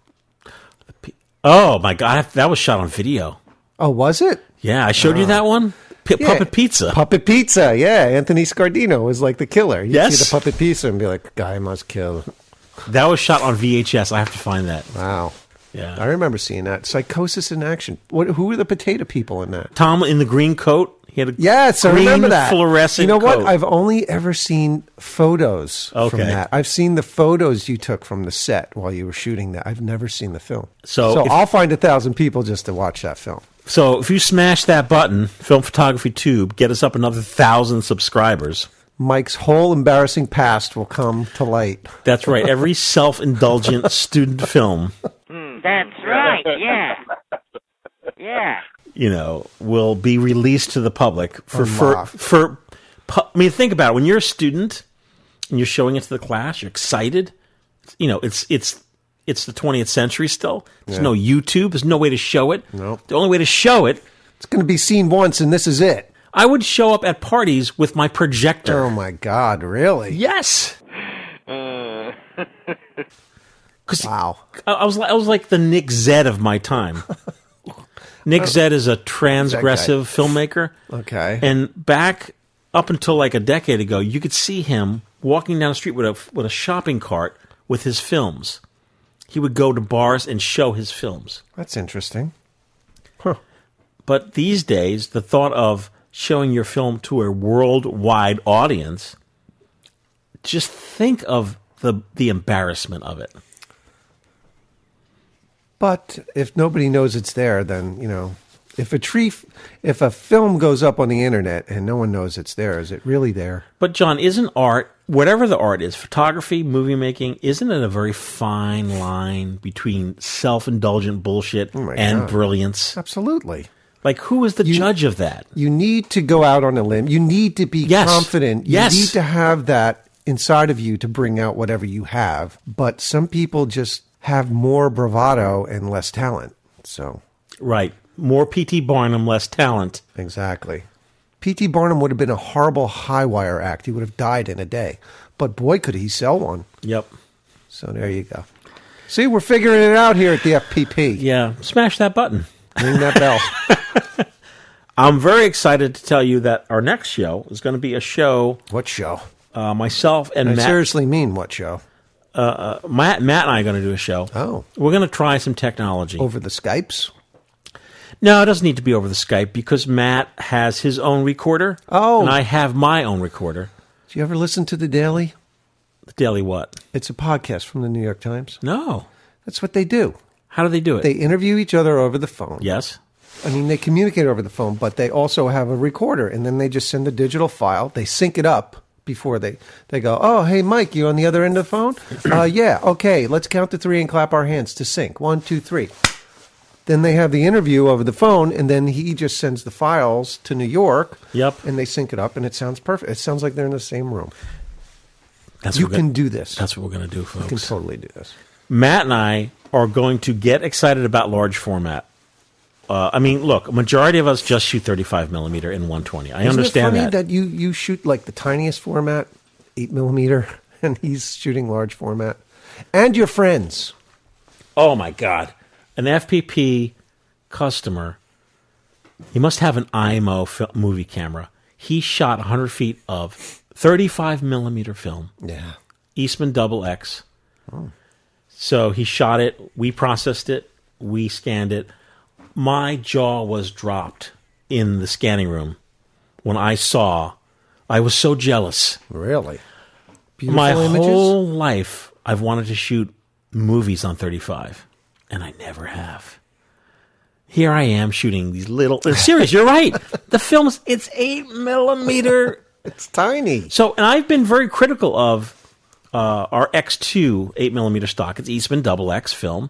[SPEAKER 3] Oh my god, that was shot on video.
[SPEAKER 4] Oh, was it?
[SPEAKER 3] Yeah, I showed you that one. P-
[SPEAKER 4] Ah. Yeah.
[SPEAKER 3] Puppet Pizza.
[SPEAKER 4] Puppet Pizza, yeah. Anthony Scardino was like the killer. You'd
[SPEAKER 3] Yes.
[SPEAKER 4] see the puppet pizza and be like, "Guy must kill."
[SPEAKER 3] That was shot on VHS. I have to find that.
[SPEAKER 4] Wow.
[SPEAKER 3] Yeah.
[SPEAKER 4] I remember seeing that. Psychosis in action. What? Who were the potato people in that?
[SPEAKER 3] Tom in the green coat. He had a
[SPEAKER 4] Yes, I
[SPEAKER 3] green
[SPEAKER 4] remember that.
[SPEAKER 3] fluorescent.
[SPEAKER 4] You know what?
[SPEAKER 3] coat.
[SPEAKER 4] I've only ever seen photos
[SPEAKER 3] Okay.
[SPEAKER 4] from that. I've seen the photos you took from the set while you were shooting that. I've never seen the film.
[SPEAKER 3] So if-
[SPEAKER 4] I'll find a thousand people just to watch that film.
[SPEAKER 3] So if you smash that button, Film Photography Tube, get us up another thousand subscribers.
[SPEAKER 4] Mike's whole embarrassing past will come to light.
[SPEAKER 3] That's right. Every self-indulgent student film,
[SPEAKER 9] That's right, yeah. Yeah.
[SPEAKER 3] you know, will be released to the public for for
[SPEAKER 4] Unlocked.
[SPEAKER 3] for. pu- I mean, think about it. When you're a student and you're showing it to the class, you're excited. You know, it's it's it's the 20th century still. There's
[SPEAKER 4] Yeah.
[SPEAKER 3] no YouTube. There's no way to show it.
[SPEAKER 4] Nope.
[SPEAKER 3] The only way to show it
[SPEAKER 4] It's going to be seen once, and this is it.
[SPEAKER 3] I would show up at parties with my projector.
[SPEAKER 4] Oh my God! Really?
[SPEAKER 3] Yes.
[SPEAKER 4] wow.
[SPEAKER 3] I, I was li- I was like the Nick Zed of my time. Nick Zed is a transgressive filmmaker.
[SPEAKER 4] Okay.
[SPEAKER 3] And back up until like a decade ago, you could see him walking down the street with a with a shopping cart with his films. He would go to bars and show his films.
[SPEAKER 4] That's interesting.
[SPEAKER 3] But these days, the thought of showing your film to a worldwide audience, just think of the the embarrassment of it.
[SPEAKER 4] But if nobody knows it's there, then you know. If a tree, f- if a film goes up on the internet and no one knows it's there, is it really there?
[SPEAKER 3] But John, isn't art whatever the art is, photography, movie making, isn't it a very fine line between self indulgent bullshit and
[SPEAKER 4] Oh God.
[SPEAKER 3] brilliance?
[SPEAKER 4] Absolutely.
[SPEAKER 3] Like who is the judge of that?
[SPEAKER 4] You need to go out on a limb. You need to be
[SPEAKER 3] Yes.
[SPEAKER 4] confident. You
[SPEAKER 3] Yes.
[SPEAKER 4] need to have that inside of you to bring out whatever you have. But some people just have more bravado and less talent. So
[SPEAKER 3] Right. More PT Barnum, less talent.
[SPEAKER 4] Exactly. P.T. Barnum would have been a horrible high wire act. He would have died in a day. But boy, could he sell one.
[SPEAKER 3] Yep.
[SPEAKER 4] So there you go. See, we're figuring it out here at the FPP.
[SPEAKER 3] Yeah. Smash that button.
[SPEAKER 4] Ring that bell.
[SPEAKER 3] I'm very excited to tell you that our next show is going to be a show.
[SPEAKER 4] What show?
[SPEAKER 3] Uh, myself and
[SPEAKER 4] I
[SPEAKER 3] Matt.
[SPEAKER 4] seriously mean what show?
[SPEAKER 3] uh, uh, Matt, Matt and I are going to do a show.
[SPEAKER 4] Oh.
[SPEAKER 3] We're going to try some technology.
[SPEAKER 4] Over the Skypes?
[SPEAKER 3] No, it doesn't need to be over the Skype because Matt has his own recorder.
[SPEAKER 4] Oh.
[SPEAKER 3] And I have my own recorder.
[SPEAKER 4] Do you ever listen to The Daily?
[SPEAKER 3] The Daily What?
[SPEAKER 4] It's a podcast from the New York Times.
[SPEAKER 3] No.
[SPEAKER 4] That's what they do.
[SPEAKER 3] How do they do it?
[SPEAKER 4] They interview each other over the phone.
[SPEAKER 3] yes.
[SPEAKER 4] I mean, they communicate over the phone, but they also have a recorder, and then they just send a digital file. They sync it up before they they go. Oh, hey, Mike, you on the other end of the phone? uh, yeah. Okay, let's count to three and clap our hands to sync. One, two, three. Then they have the interview over the phone, and then he just sends the files to New York.
[SPEAKER 3] Yep.
[SPEAKER 4] And they sync it up, and it sounds perfect. It sounds like they're in the same room.
[SPEAKER 3] That's
[SPEAKER 4] you
[SPEAKER 3] what we're gonna-
[SPEAKER 4] can do this.
[SPEAKER 3] That's what we're going to do, folks.
[SPEAKER 4] you can totally do this.
[SPEAKER 3] Matt and I are going to get excited about large format. Uh, I mean, look, a majority of us just shoot 35 millimeter in 120. I
[SPEAKER 4] Isn't
[SPEAKER 3] understand
[SPEAKER 4] it funny
[SPEAKER 3] that.
[SPEAKER 4] that. you you shoot like the tiniest format, eight millimeter, and he's shooting large format, and your friends.
[SPEAKER 3] Oh my God. An FPP customer, he must have an IMO fil- movie camera. He shot 100 feet of 35 millimeter film,
[SPEAKER 4] Yeah,
[SPEAKER 3] Eastman Double X. So he shot it. We processed it. We scanned it. My jaw was dropped in the scanning room when I saw. I was so jealous.
[SPEAKER 4] really. beautiful
[SPEAKER 3] My
[SPEAKER 4] images?
[SPEAKER 3] whole life, I've wanted to shoot movies on 35, and I never have. Here I am shooting these little. uh, serious, you're right. The film's it's eight millimeter.
[SPEAKER 4] it's tiny.
[SPEAKER 3] So, and I've been very critical of uh, our X2 eight millimeter stock. It's Eastman Double X film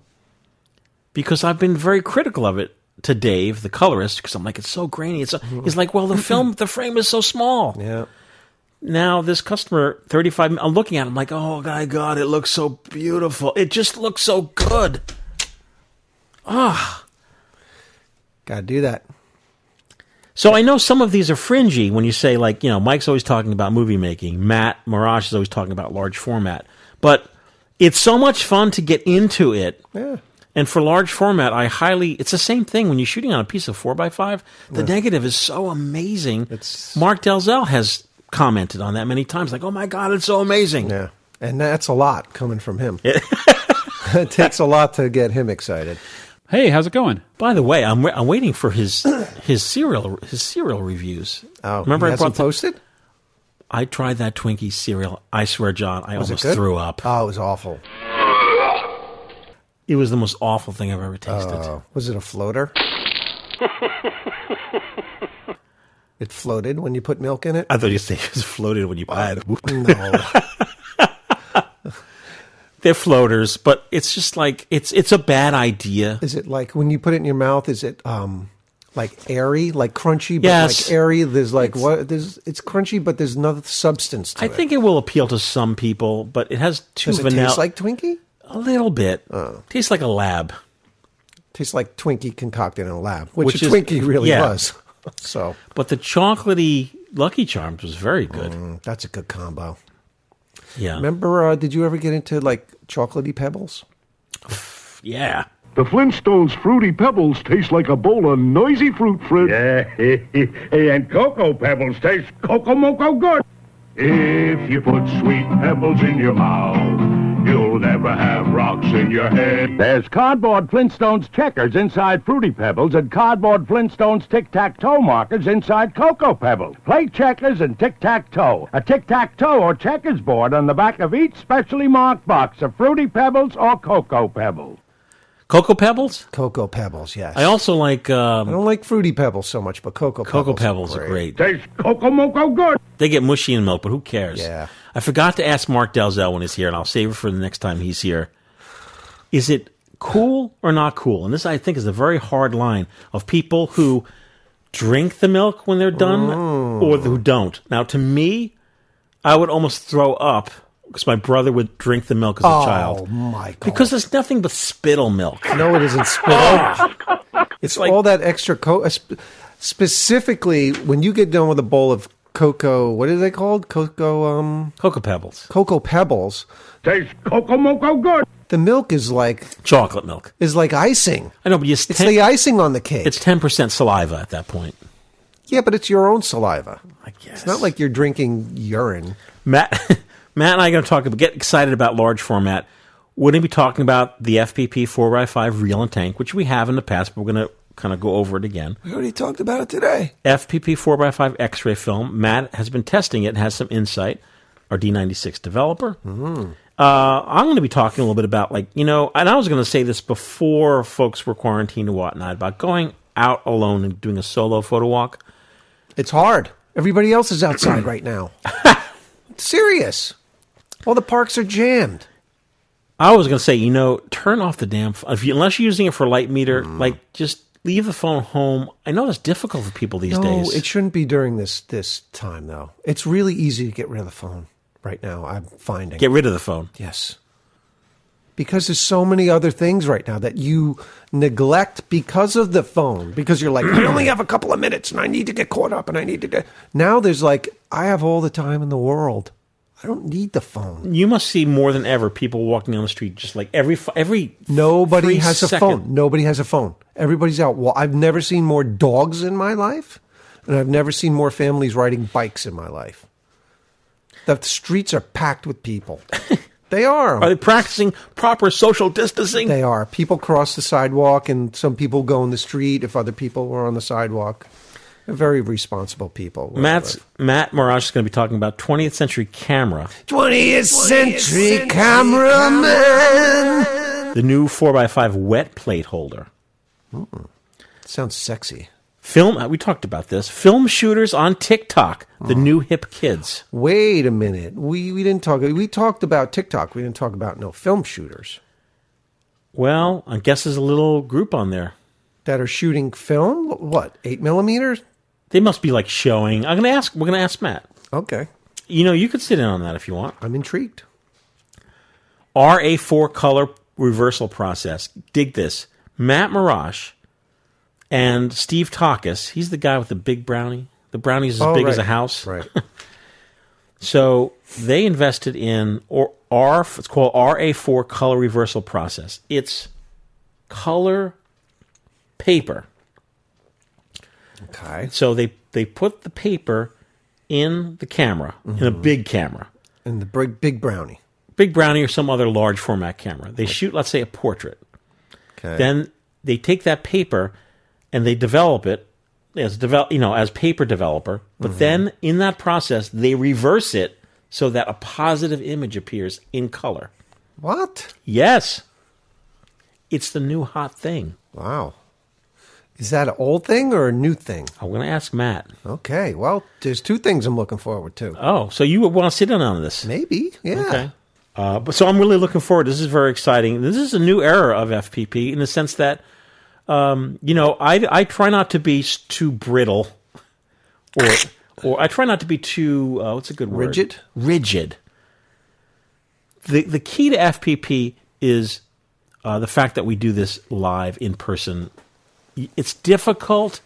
[SPEAKER 3] because I've been very critical of it to Dave, the colorist, because I'm like, it's so grainy. It's so, he's like, well, the film, the frame is so small.
[SPEAKER 4] Yeah.
[SPEAKER 3] Now this customer, 35. I'm looking at. It, I'm like, oh my god, it looks so beautiful. It just looks so good. Ah.
[SPEAKER 4] Gotta do that.
[SPEAKER 3] So I know some of these are fringy when you say like, you know, Mike's always talking about movie making, Matt Mirage is always talking about large format. But it's so much fun to get into it.
[SPEAKER 4] Yeah.
[SPEAKER 3] And for large format, I highly it's the same thing when you're shooting on a piece of four by five, the
[SPEAKER 4] Yeah.
[SPEAKER 3] negative is so amazing. It's Mark Dalzell has commented on that many times, like, Oh my god, it's so amazing.
[SPEAKER 4] Yeah. And that's a lot coming from him. it takes a lot to get him excited.
[SPEAKER 3] Hey, how's it going? By the way, I'm, I'm waiting for his his cereal his cereal reviews. Oh,
[SPEAKER 4] he hasn't
[SPEAKER 3] posted? I tried that Twinkie cereal. I swear, John, I
[SPEAKER 4] Was it
[SPEAKER 3] almost
[SPEAKER 4] good?
[SPEAKER 3] threw up.
[SPEAKER 4] Oh, it was awful.
[SPEAKER 3] It was the most awful thing I've ever tasted.
[SPEAKER 4] Oh. was it a floater? it floated when you put milk in it?
[SPEAKER 3] I thought you said it was floated when you buy it.
[SPEAKER 4] No.
[SPEAKER 3] They're floaters, but it's just like it's it's a bad idea.
[SPEAKER 4] Is it like when you put it in your mouth? Is it um like airy, like crunchy, but
[SPEAKER 3] Yes.
[SPEAKER 4] like airy? There's like what? There's it's crunchy, but there's no substance
[SPEAKER 3] I
[SPEAKER 4] to it.
[SPEAKER 3] think it will appeal to some people, but it has too
[SPEAKER 4] Does it
[SPEAKER 3] vanilla.
[SPEAKER 4] taste like Oh. Twinkie?
[SPEAKER 3] A little bit. Tastes like a lab.
[SPEAKER 4] Tastes like Twinkie concocted in a lab, which,
[SPEAKER 3] Which
[SPEAKER 4] a
[SPEAKER 3] is-
[SPEAKER 4] Twinkie really
[SPEAKER 3] yeah.
[SPEAKER 4] was. So
[SPEAKER 3] But the chocolatey Lucky Charms was very good.
[SPEAKER 4] that's a good combo.
[SPEAKER 3] Yeah.
[SPEAKER 4] Mm. Remember? Uh, did you ever get into like chocolatey pebbles?
[SPEAKER 3] Yeah.
[SPEAKER 20] The Flintstones' fruity pebbles taste like a bowl of noisy fruit fruit. Yeah, and cocoa pebbles taste cocoa moco good. If you put sweet pebbles in your mouth, you'll never have rocks in your head.
[SPEAKER 21] There's cardboard Flintstones checkers inside Fruity Pebbles and cardboard Flintstones tic-tac-toe markers inside Cocoa Pebbles. Play checkers and tic-tac-toe. A tic-tac-toe or checkers board on the back of each specially marked box of Fruity Pebbles or Cocoa Pebbles.
[SPEAKER 3] Cocoa Pebbles?
[SPEAKER 4] Cocoa Pebbles, yes.
[SPEAKER 3] I also like. Um,
[SPEAKER 4] I don't like fruity pebbles so much, but cocoa
[SPEAKER 3] Cocoa
[SPEAKER 4] pebbles,
[SPEAKER 3] Pebbles are great.
[SPEAKER 20] Tastes cocoa moco good.
[SPEAKER 3] They get mushy in milk, but who cares?
[SPEAKER 4] Yeah.
[SPEAKER 3] I forgot to ask Mark Dalzell when he's here, and I'll save it for the next time he's here. Is it cool or not cool? And this, I think, is a very hard line of people who drink the milk when they're done
[SPEAKER 4] Mm.
[SPEAKER 3] or who don't. Now, to me, I would almost throw up because my brother would drink the milk as a
[SPEAKER 4] Oh,
[SPEAKER 3] child.
[SPEAKER 4] my
[SPEAKER 3] Because it's nothing but spittle milk.
[SPEAKER 4] No, it isn't spittle. it's all that extra cocoa. Specifically, when you get done with a bowl of cocoa, what are they called? Cocoa, um,
[SPEAKER 3] cocoa pebbles.
[SPEAKER 4] Cocoa pebbles.
[SPEAKER 20] Tastes cocoa moco good.
[SPEAKER 4] The milk is like
[SPEAKER 3] Chocolate milk.
[SPEAKER 4] is like icing.
[SPEAKER 3] I know, but you
[SPEAKER 4] it's the uh, icing on the cake.
[SPEAKER 3] It's 10% saliva at that point.
[SPEAKER 4] yeah, but it's your own saliva. I guess it's not like you're drinking urine.
[SPEAKER 3] Matt, Matt and I are going to talk about, get excited about large format. We're going to be talking about the FPP 4x5 reel and tank, which we have in the past, but we're going to kind of go over it again.
[SPEAKER 4] We already talked about it today.
[SPEAKER 3] FPP 4x5 X ray film. Matt has been testing it and has some insight, our D96 developer. Uh, I'm going to be talking a little bit about, like, you know, and I was going to say this before folks were quarantined and whatnot about going out alone and doing a solo photo walk.
[SPEAKER 4] It's hard. Everybody else is outside right now. Serious. All the parks are jammed.
[SPEAKER 3] I was going to say, you know, turn off the damn phone. If you, unless you're using it for light meter, like just leave the phone home. I know that's difficult for people these
[SPEAKER 4] no,
[SPEAKER 3] days.
[SPEAKER 4] it shouldn't be during this this time though. It's really easy to get rid of the phone right now. I'm finding
[SPEAKER 3] Get rid of the phone.
[SPEAKER 4] Yes. because there's so many other things right now that you neglect because of the phone. Because you're like, I only have a couple of minutes and I need to get caught up and I need to get. Now there's like, I have all the time in the world. I don't need the phone.
[SPEAKER 3] You must see more than ever people walking down the street, just like every f- every
[SPEAKER 4] Nobody
[SPEAKER 3] three
[SPEAKER 4] has a
[SPEAKER 3] second-
[SPEAKER 4] phone. Nobody has a phone. Everybody's out. Well, I've never seen more dogs in my life, and I've never seen more families riding bikes in my life. The streets are packed with people. they are. Are
[SPEAKER 3] they practicing proper social distancing?
[SPEAKER 4] They are. People cross the sidewalk, and some people go in the street if other people were on the sidewalk. very responsible people.
[SPEAKER 3] Matt's, Matt Marash is going to be talking about 20th century camera,
[SPEAKER 4] 20th century cameraman.
[SPEAKER 3] the new 4x5 wet plate holder.
[SPEAKER 4] Sounds sexy.
[SPEAKER 3] Film, uh, we talked about this. Film shooters on TikTok, the new hip kids.
[SPEAKER 4] Wait a minute. We we didn't talk. We talked about TikTok. We didn't talk about no film shooters
[SPEAKER 3] Well, I guess there's a little group on there.
[SPEAKER 4] that are shooting film. What eight millimeters?
[SPEAKER 3] They must be like showing. I'm going to ask. We're going to ask Matt.
[SPEAKER 4] Okay.
[SPEAKER 3] You know, you could sit in on that if you want.
[SPEAKER 4] I'm intrigued.
[SPEAKER 3] RA4 color reversal process. Dig this. Matt Marash and Steve Takis. He's the guy with the big brownie. The brownie's as
[SPEAKER 4] Oh,
[SPEAKER 3] big as a
[SPEAKER 4] right.
[SPEAKER 3] house.
[SPEAKER 4] Right.
[SPEAKER 3] so they invested in or R. It's called RA4 color reversal process. It's color paper.
[SPEAKER 4] Okay.
[SPEAKER 3] So they they put the paper in the camera in a
[SPEAKER 4] Mm-hmm.
[SPEAKER 3] big camera.
[SPEAKER 4] And the big big brownie.
[SPEAKER 3] big brownie or some other large format camera. They shoot, let's say, a portrait.
[SPEAKER 4] Okay.
[SPEAKER 3] Then they take that paper and they develop it as develop, you know, as paper developer. But
[SPEAKER 4] Mhm.
[SPEAKER 3] then in that process, they reverse it so that a positive image appears in color.
[SPEAKER 4] What?
[SPEAKER 3] Yes, it's the new hot thing.
[SPEAKER 4] Wow. Is that an old thing or a new thing?
[SPEAKER 3] I'm going to ask Matt.
[SPEAKER 4] Okay. Well, there's two things I'm looking forward to.
[SPEAKER 3] Oh, so you would want to sit in on this?
[SPEAKER 4] Maybe. Yeah.
[SPEAKER 3] Okay. Uh, but so I'm really looking forward. This is very exciting. This is a new era of FPP in the sense that, um, you know, I I try not to be s- too brittle, or or I try not to be too uh, what's a good word
[SPEAKER 4] Rigid?
[SPEAKER 3] rigid. The the key to FPP is uh, the fact that we do this live in person. Y- It's difficult.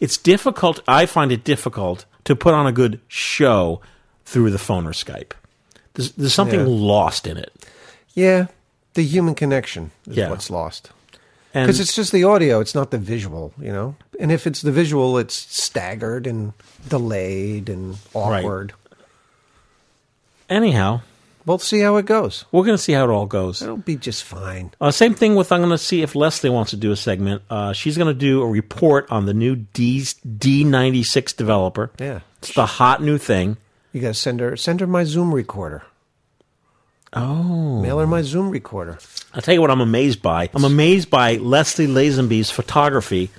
[SPEAKER 3] It's difficult. I find it difficult to put on a good show through the phone or Skype. There's, there's something
[SPEAKER 4] Yeah.
[SPEAKER 3] lost in it.
[SPEAKER 4] Yeah. The human connection is
[SPEAKER 3] Yeah.
[SPEAKER 4] what's lost.
[SPEAKER 3] And-
[SPEAKER 4] Because it's just the audio, it's not the visual, you know? And if it's the visual, it's staggered and delayed and awkward.
[SPEAKER 3] Anyhow,
[SPEAKER 4] we'll see how it goes.
[SPEAKER 3] We're going to see how it all goes.
[SPEAKER 4] It'll be just fine.
[SPEAKER 3] Uh, same thing with I'm going to see if Leslie wants to do a segment. Uh, she's going to do a report on the new D D96 developer.
[SPEAKER 4] Yeah.
[SPEAKER 3] It's the hot new thing.
[SPEAKER 4] You got to send her send her my Zoom recorder.
[SPEAKER 3] Oh.
[SPEAKER 4] Mail her my Zoom recorder.
[SPEAKER 3] I'll tell you what I'm amazed by. I'm amazed by Leslie Lazenby's photography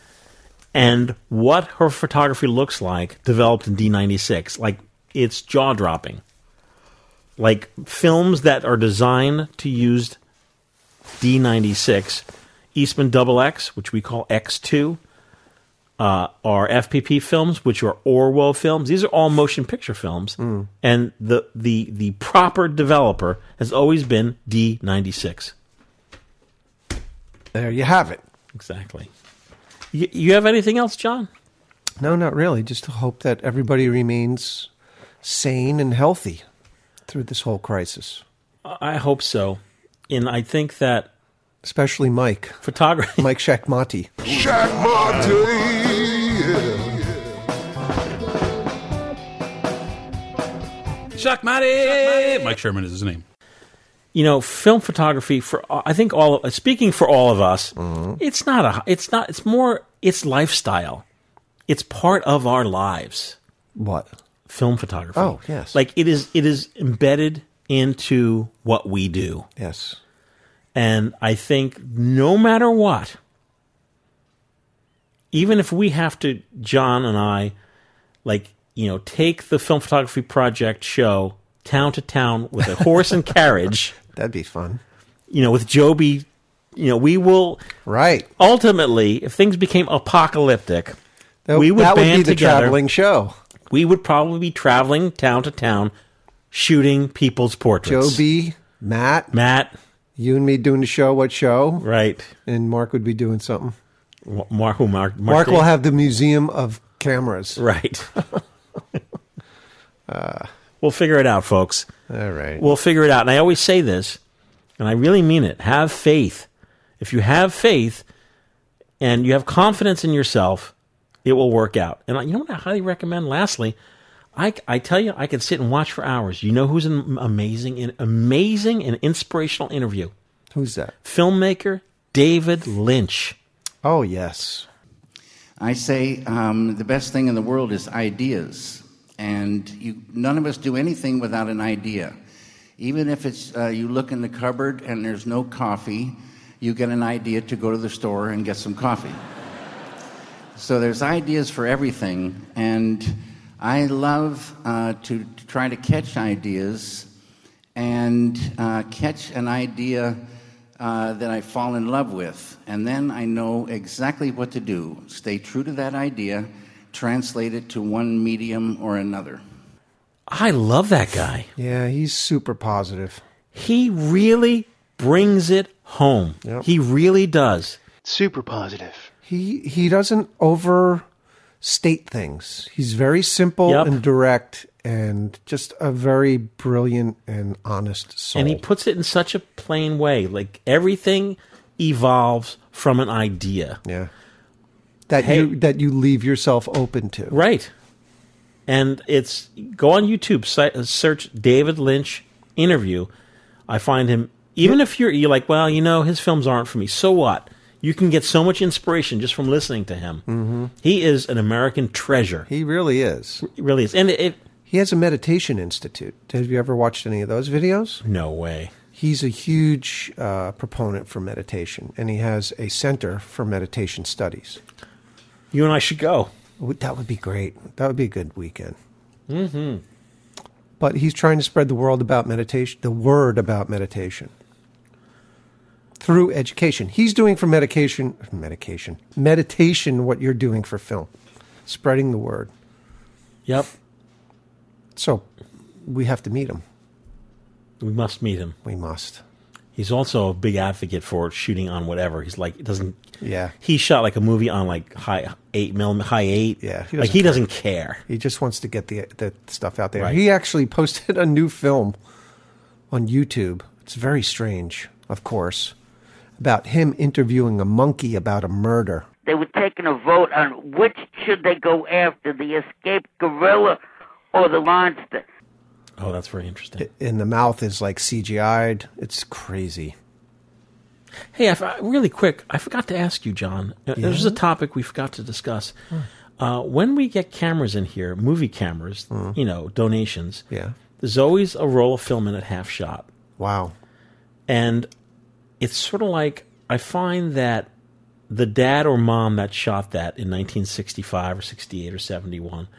[SPEAKER 3] and what her photography looks like developed in D96. Like, it's jaw dropping. Like, films that are designed to use D96, Eastman Double X, which we call X2, uh, are FPP films, which are Orwell films. These are all motion picture films, and the the the proper developer has always been D96.
[SPEAKER 4] There you have it.
[SPEAKER 3] Exactly. You, you have anything else, John?
[SPEAKER 4] No, not really. Just to hope that everybody remains sane and healthy through this whole crisis.
[SPEAKER 3] I I hope so. And I think that
[SPEAKER 4] Especially Mike.
[SPEAKER 3] Photography.
[SPEAKER 4] Mike Shakmati.
[SPEAKER 1] Shaq
[SPEAKER 8] Shock Matty. Mike Sherman is his name.
[SPEAKER 3] you know, film photography for uh, I think all of, speaking for all of us,
[SPEAKER 4] Mm-hmm.
[SPEAKER 3] it's not a it's not it's more it's lifestyle. It's part of our lives.
[SPEAKER 4] What?
[SPEAKER 3] Film photography.
[SPEAKER 4] Oh, yes.
[SPEAKER 3] Like it is it is embedded into what we do.
[SPEAKER 4] Yes.
[SPEAKER 3] And I think no matter what, even if we have to John and I like, you know, take the film photography project show town to town with a horse and carriage
[SPEAKER 4] That'd be fun.
[SPEAKER 3] you know, with Joby, you know, we will
[SPEAKER 4] right.
[SPEAKER 3] Ultimately, if things became apocalyptic,
[SPEAKER 4] That-
[SPEAKER 3] we would
[SPEAKER 4] that would
[SPEAKER 3] band
[SPEAKER 4] be the
[SPEAKER 3] together.
[SPEAKER 4] traveling show.
[SPEAKER 3] We would probably be traveling town to town, shooting people's portraits.
[SPEAKER 4] Joe B, Matt,
[SPEAKER 3] Matt,
[SPEAKER 4] you and me doing the show. What show?
[SPEAKER 3] Right.
[SPEAKER 4] And Mark would be doing something.
[SPEAKER 3] Wa- Mark, who Mark, Mark,
[SPEAKER 4] Mark, will
[SPEAKER 3] Davis?
[SPEAKER 4] have the museum of cameras.
[SPEAKER 3] Right. Uh, We'll figure it out, folks.
[SPEAKER 4] All right.
[SPEAKER 3] We'll figure it out. And I always say this, and I really mean it have faith. If you have faith and you have confidence in yourself, it will work out. And I- you know what I highly recommend? Lastly, I, I tell you, I could sit and watch for hours. You know who's an amazing, an amazing and inspirational interview?
[SPEAKER 4] Who's that?
[SPEAKER 3] Filmmaker David Lynch.
[SPEAKER 4] Oh, yes.
[SPEAKER 1] I say um, the best thing in the world is ideas, and you, none of us do anything without an idea. Even if it's uh, you look in the cupboard and there's no coffee, you get an idea to go to the store and get some coffee. so there's ideas for everything, and I love uh, to, to try to catch ideas and uh, catch an idea uh, that I fall in love with. And then I know exactly what to do. Stay true to that idea, translate it to one medium or another.
[SPEAKER 3] I love that guy.
[SPEAKER 4] Yeah, he's super positive.
[SPEAKER 3] He really brings it home. He really does.
[SPEAKER 5] Super positive.
[SPEAKER 4] He he doesn't overstate things. He's very simple
[SPEAKER 3] Yep.
[SPEAKER 4] and direct, and just a very brilliant and honest soul.
[SPEAKER 3] And he puts it in such a plain way. Like everything evolves from an idea.
[SPEAKER 4] Yeah. that
[SPEAKER 3] Hey.
[SPEAKER 4] you that you leave yourself open to.
[SPEAKER 3] Right. And it's go on YouTube, si- uh, search David Lynch interview. I find him even if you're you're like, well, you know, his films aren't for me. So what? You can get so much inspiration just from listening to him. Mm-hmm. He is an American treasure.
[SPEAKER 4] He really is.
[SPEAKER 3] really is. And it,
[SPEAKER 4] he has a meditation institute. Have you ever watched any of those videos?
[SPEAKER 3] No way.
[SPEAKER 4] He's a huge uh, proponent for meditation, and he has a center for meditation studies.
[SPEAKER 3] You and I should go.
[SPEAKER 4] That would be great. That would be a good weekend.
[SPEAKER 3] Mm-hmm.
[SPEAKER 4] But he's trying to spread the world about meditation, the word about meditation through education. He's doing for medication, medication, meditation, what you're doing for film, spreading the word.
[SPEAKER 3] Yep.
[SPEAKER 4] So we have to meet him.
[SPEAKER 3] We must meet him.
[SPEAKER 4] We must.
[SPEAKER 3] He's also a big advocate for shooting on whatever. He's like, it doesn't.
[SPEAKER 4] Yeah.
[SPEAKER 3] He shot like a movie on like high eight mil, high eight. Yeah.
[SPEAKER 4] he
[SPEAKER 3] like
[SPEAKER 4] doesn't
[SPEAKER 3] he
[SPEAKER 4] care.
[SPEAKER 3] doesn't care.
[SPEAKER 4] He just wants to get the, the stuff out there.
[SPEAKER 3] Right.
[SPEAKER 4] He actually posted a new film on YouTube. It's very strange, of course, about him interviewing a monkey about a murder.
[SPEAKER 9] They were taking a vote on which should they go after, the escaped gorilla or the monster.
[SPEAKER 3] Oh, that's very interesting.
[SPEAKER 4] And the mouth is like CGI'd. It's crazy.
[SPEAKER 3] Hey, I f- uh, really quick, I forgot to ask you, John. Uh,
[SPEAKER 4] Yeah?
[SPEAKER 3] There's a topic we forgot to discuss. Uh, when we get cameras in here, movie cameras,
[SPEAKER 4] Hmm.
[SPEAKER 3] you know, donations.
[SPEAKER 4] Yeah.
[SPEAKER 3] There's always a roll of film in at half shot.
[SPEAKER 4] Wow.
[SPEAKER 3] And it's sort of like I find that the dad or mom that shot that in 1965 or 68 or 71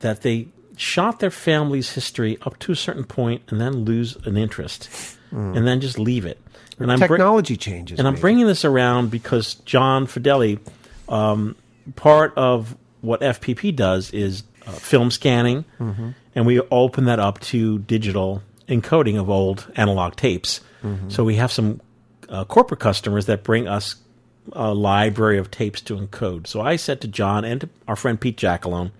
[SPEAKER 3] that they shot their family's history up to a certain point and then lose an interest
[SPEAKER 4] Mm.
[SPEAKER 3] and then just leave it. And I'm bri-
[SPEAKER 4] Technology changes.
[SPEAKER 3] and I'm
[SPEAKER 4] maybe.
[SPEAKER 3] bringing this around because John Fideli, um, part of what FPP does is uh, film scanning,
[SPEAKER 22] Mhm.
[SPEAKER 3] and we open that up to digital encoding of old analog tapes.
[SPEAKER 22] Mhm.
[SPEAKER 3] So we have some uh, corporate customers that bring us a library of tapes to encode. So I said to John and to our friend Pete Jackalone,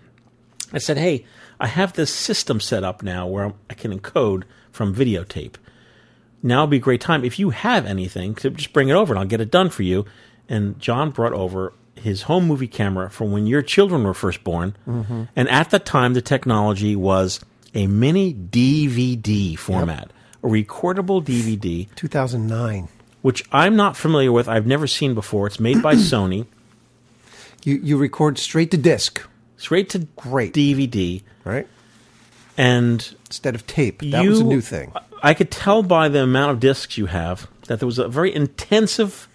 [SPEAKER 3] I said, "Hey, I have this system set up now where I can encode from videotape. Now would be a great time if you have anything to just bring it over and I'll get it done for you." And John brought over his home movie camera from when your children were first born,
[SPEAKER 4] Mm-hmm.
[SPEAKER 22] Mhm.
[SPEAKER 3] and at that time the technology was a mini DVD format, a recordable DVD,
[SPEAKER 4] 2009,
[SPEAKER 3] which I'm not familiar with. I've never seen before. It's made by Sony.
[SPEAKER 4] You you record straight to disc,
[SPEAKER 3] straight to
[SPEAKER 4] great
[SPEAKER 3] DVD,
[SPEAKER 4] right?
[SPEAKER 3] And
[SPEAKER 4] instead of tape, that was a new thing.
[SPEAKER 3] I could tell by the amount of discs you have that there was a very intensive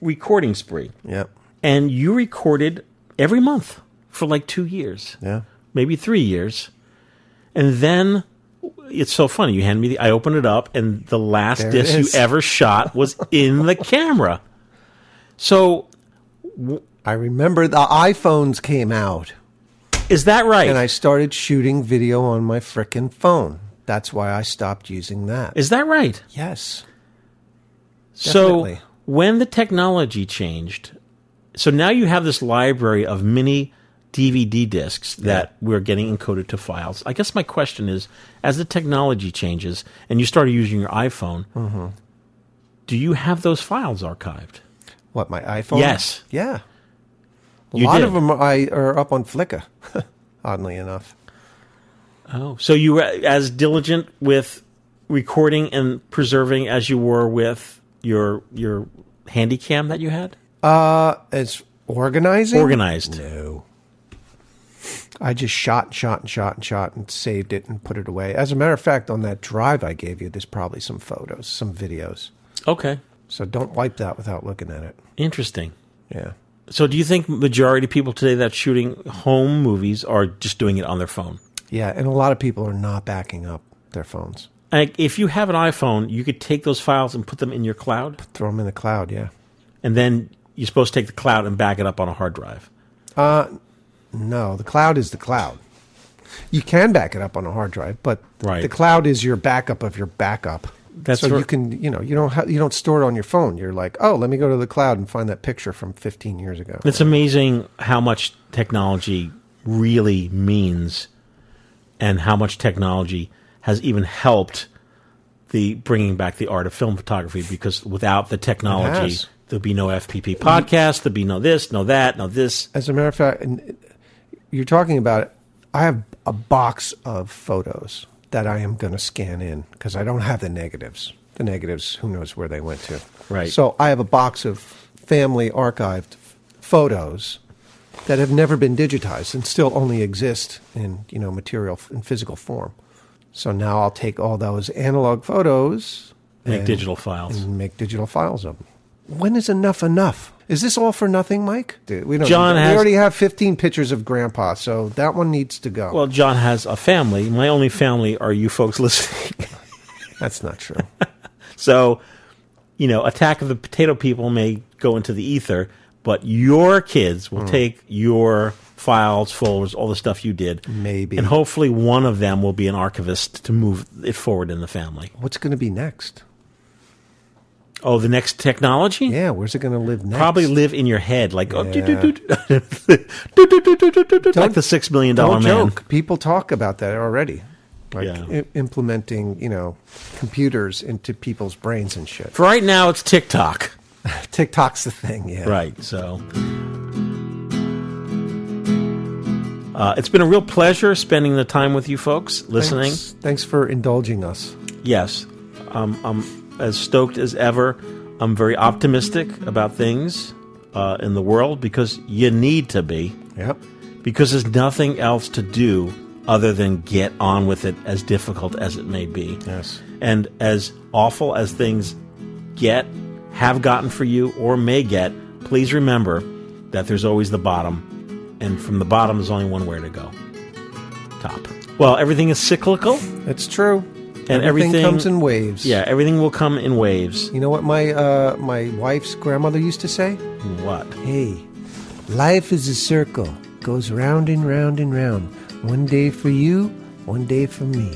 [SPEAKER 3] recording spree.
[SPEAKER 4] Yep.
[SPEAKER 3] And you recorded every month for like two years.
[SPEAKER 4] Yeah.
[SPEAKER 3] Maybe three years. And then it's so funny. You hand me the I open it up and the last
[SPEAKER 22] There it
[SPEAKER 3] disc
[SPEAKER 22] is.
[SPEAKER 3] you ever shot was in the camera. So w-
[SPEAKER 4] I remember the iPhones came out.
[SPEAKER 3] Is that right?
[SPEAKER 4] And I started shooting video on my frickin' phone. That's why I stopped using that.
[SPEAKER 3] Is that right?
[SPEAKER 4] Yes.
[SPEAKER 3] So when the technology changed, so now you have this library of mini DVD discs that we're getting encoded to files. I guess my question is, as the technology changes and you started using your iPhone,
[SPEAKER 4] Mhm.
[SPEAKER 3] do you have those files archived?
[SPEAKER 4] What my iPhone?
[SPEAKER 3] Yes.
[SPEAKER 4] Yeah. A
[SPEAKER 3] You
[SPEAKER 4] lot
[SPEAKER 3] did.
[SPEAKER 4] of them are, I, are up on Flickr, oddly enough.
[SPEAKER 3] Oh, so you were as diligent with recording and preserving as you were with your your handycam that you had?
[SPEAKER 4] Uh, as Organizing?
[SPEAKER 3] Organized.
[SPEAKER 4] No. I just shot, shot, and shot, and shot, and saved it and put it away. As a matter of fact, on that drive I gave you, there's probably some photos, some videos.
[SPEAKER 3] Okay.
[SPEAKER 4] So don't wipe that without looking at it.
[SPEAKER 3] Interesting.
[SPEAKER 4] Yeah.
[SPEAKER 3] So, do you think majority of people today that shooting home movies are just doing it on their phone?
[SPEAKER 4] Yeah, and a lot of people are not backing up their phones.
[SPEAKER 3] Like, if you have an iPhone, you could take those files and put them in your cloud,
[SPEAKER 4] Throw them in the cloud, yeah.
[SPEAKER 3] and then you're supposed to take the cloud and back it up on a hard drive.
[SPEAKER 4] Uh, no, the cloud is the cloud. You can back it up on a hard drive, but
[SPEAKER 3] Right.
[SPEAKER 4] the cloud is your backup of your backup.
[SPEAKER 3] That's
[SPEAKER 4] so
[SPEAKER 3] right.
[SPEAKER 4] you can, you know, you don't ha- you don't store it on your phone. You're like, oh, let me go to the cloud and find that picture from 15 years ago.
[SPEAKER 3] It's amazing how much technology really means and how much technology has even helped the bringing back the art of film photography because without the technology
[SPEAKER 4] has.
[SPEAKER 3] there'd be no FPP podcast, there'd be no this, no that, no this.
[SPEAKER 4] As a matter of fact, and you're talking about it. I have a box of photos that I am going to scan in because I don't have the negatives. The negatives, who knows where they went to.
[SPEAKER 3] Right.
[SPEAKER 4] So I have a box of family archived photos that have never been digitized and still only exist in you know material in physical form. So now I'll take all those analog photos,
[SPEAKER 3] Make digital files.
[SPEAKER 4] and make digital files of them. When is enough enough? Is this all for nothing, Mike? Dude, we don't.
[SPEAKER 3] John
[SPEAKER 4] we
[SPEAKER 3] has-
[SPEAKER 4] already have 15 pictures of Grandpa, so that one needs to go.
[SPEAKER 3] Well, John has a family. My only family are you folks listening.
[SPEAKER 4] That's not true.
[SPEAKER 3] so, you know, Attack of the Potato People may go into the ether, but your kids will
[SPEAKER 4] Hmm.
[SPEAKER 3] take your files, folders, all the stuff you did.
[SPEAKER 4] Maybe.
[SPEAKER 3] And hopefully one of them will be an archivist to move it forward in the family.
[SPEAKER 4] What's going to be next?
[SPEAKER 3] Oh, the next technology?
[SPEAKER 4] Yeah, where's it going to live next?
[SPEAKER 3] Probably live in your head like oh, do, do,
[SPEAKER 4] Yeah.
[SPEAKER 3] do, do, like the 6 million dollar
[SPEAKER 4] Don't
[SPEAKER 3] man.
[SPEAKER 4] joke. People talk about that already. Like
[SPEAKER 3] Yeah.
[SPEAKER 4] i- implementing, you know, computers into people's brains and shit.
[SPEAKER 3] For right now it's TikTok.
[SPEAKER 4] TikTok's the thing, yeah.
[SPEAKER 3] Right. So uh, it's been a real pleasure spending the time with you folks listening.
[SPEAKER 4] Thanks, thanks for indulging us.
[SPEAKER 3] Yes. Um, I'm as stoked as ever. I'm very optimistic about things uh, in the world because you need to be.
[SPEAKER 4] Yep.
[SPEAKER 3] Because there's nothing else to do other than get on with it, as difficult as it may be.
[SPEAKER 4] Yes.
[SPEAKER 3] And as awful as things get, have gotten for you, or may get, please remember that there's always the bottom. And from the bottom, there's only one way to go top. Well, everything is cyclical.
[SPEAKER 4] It's true.
[SPEAKER 3] And everything,
[SPEAKER 4] comes in waves.
[SPEAKER 3] Yeah, everything will come in waves.
[SPEAKER 4] You know what my uh, my wife's grandmother used to say?
[SPEAKER 3] What?
[SPEAKER 4] Hey, life is a circle, goes round and round and round. One day for you, one day for me.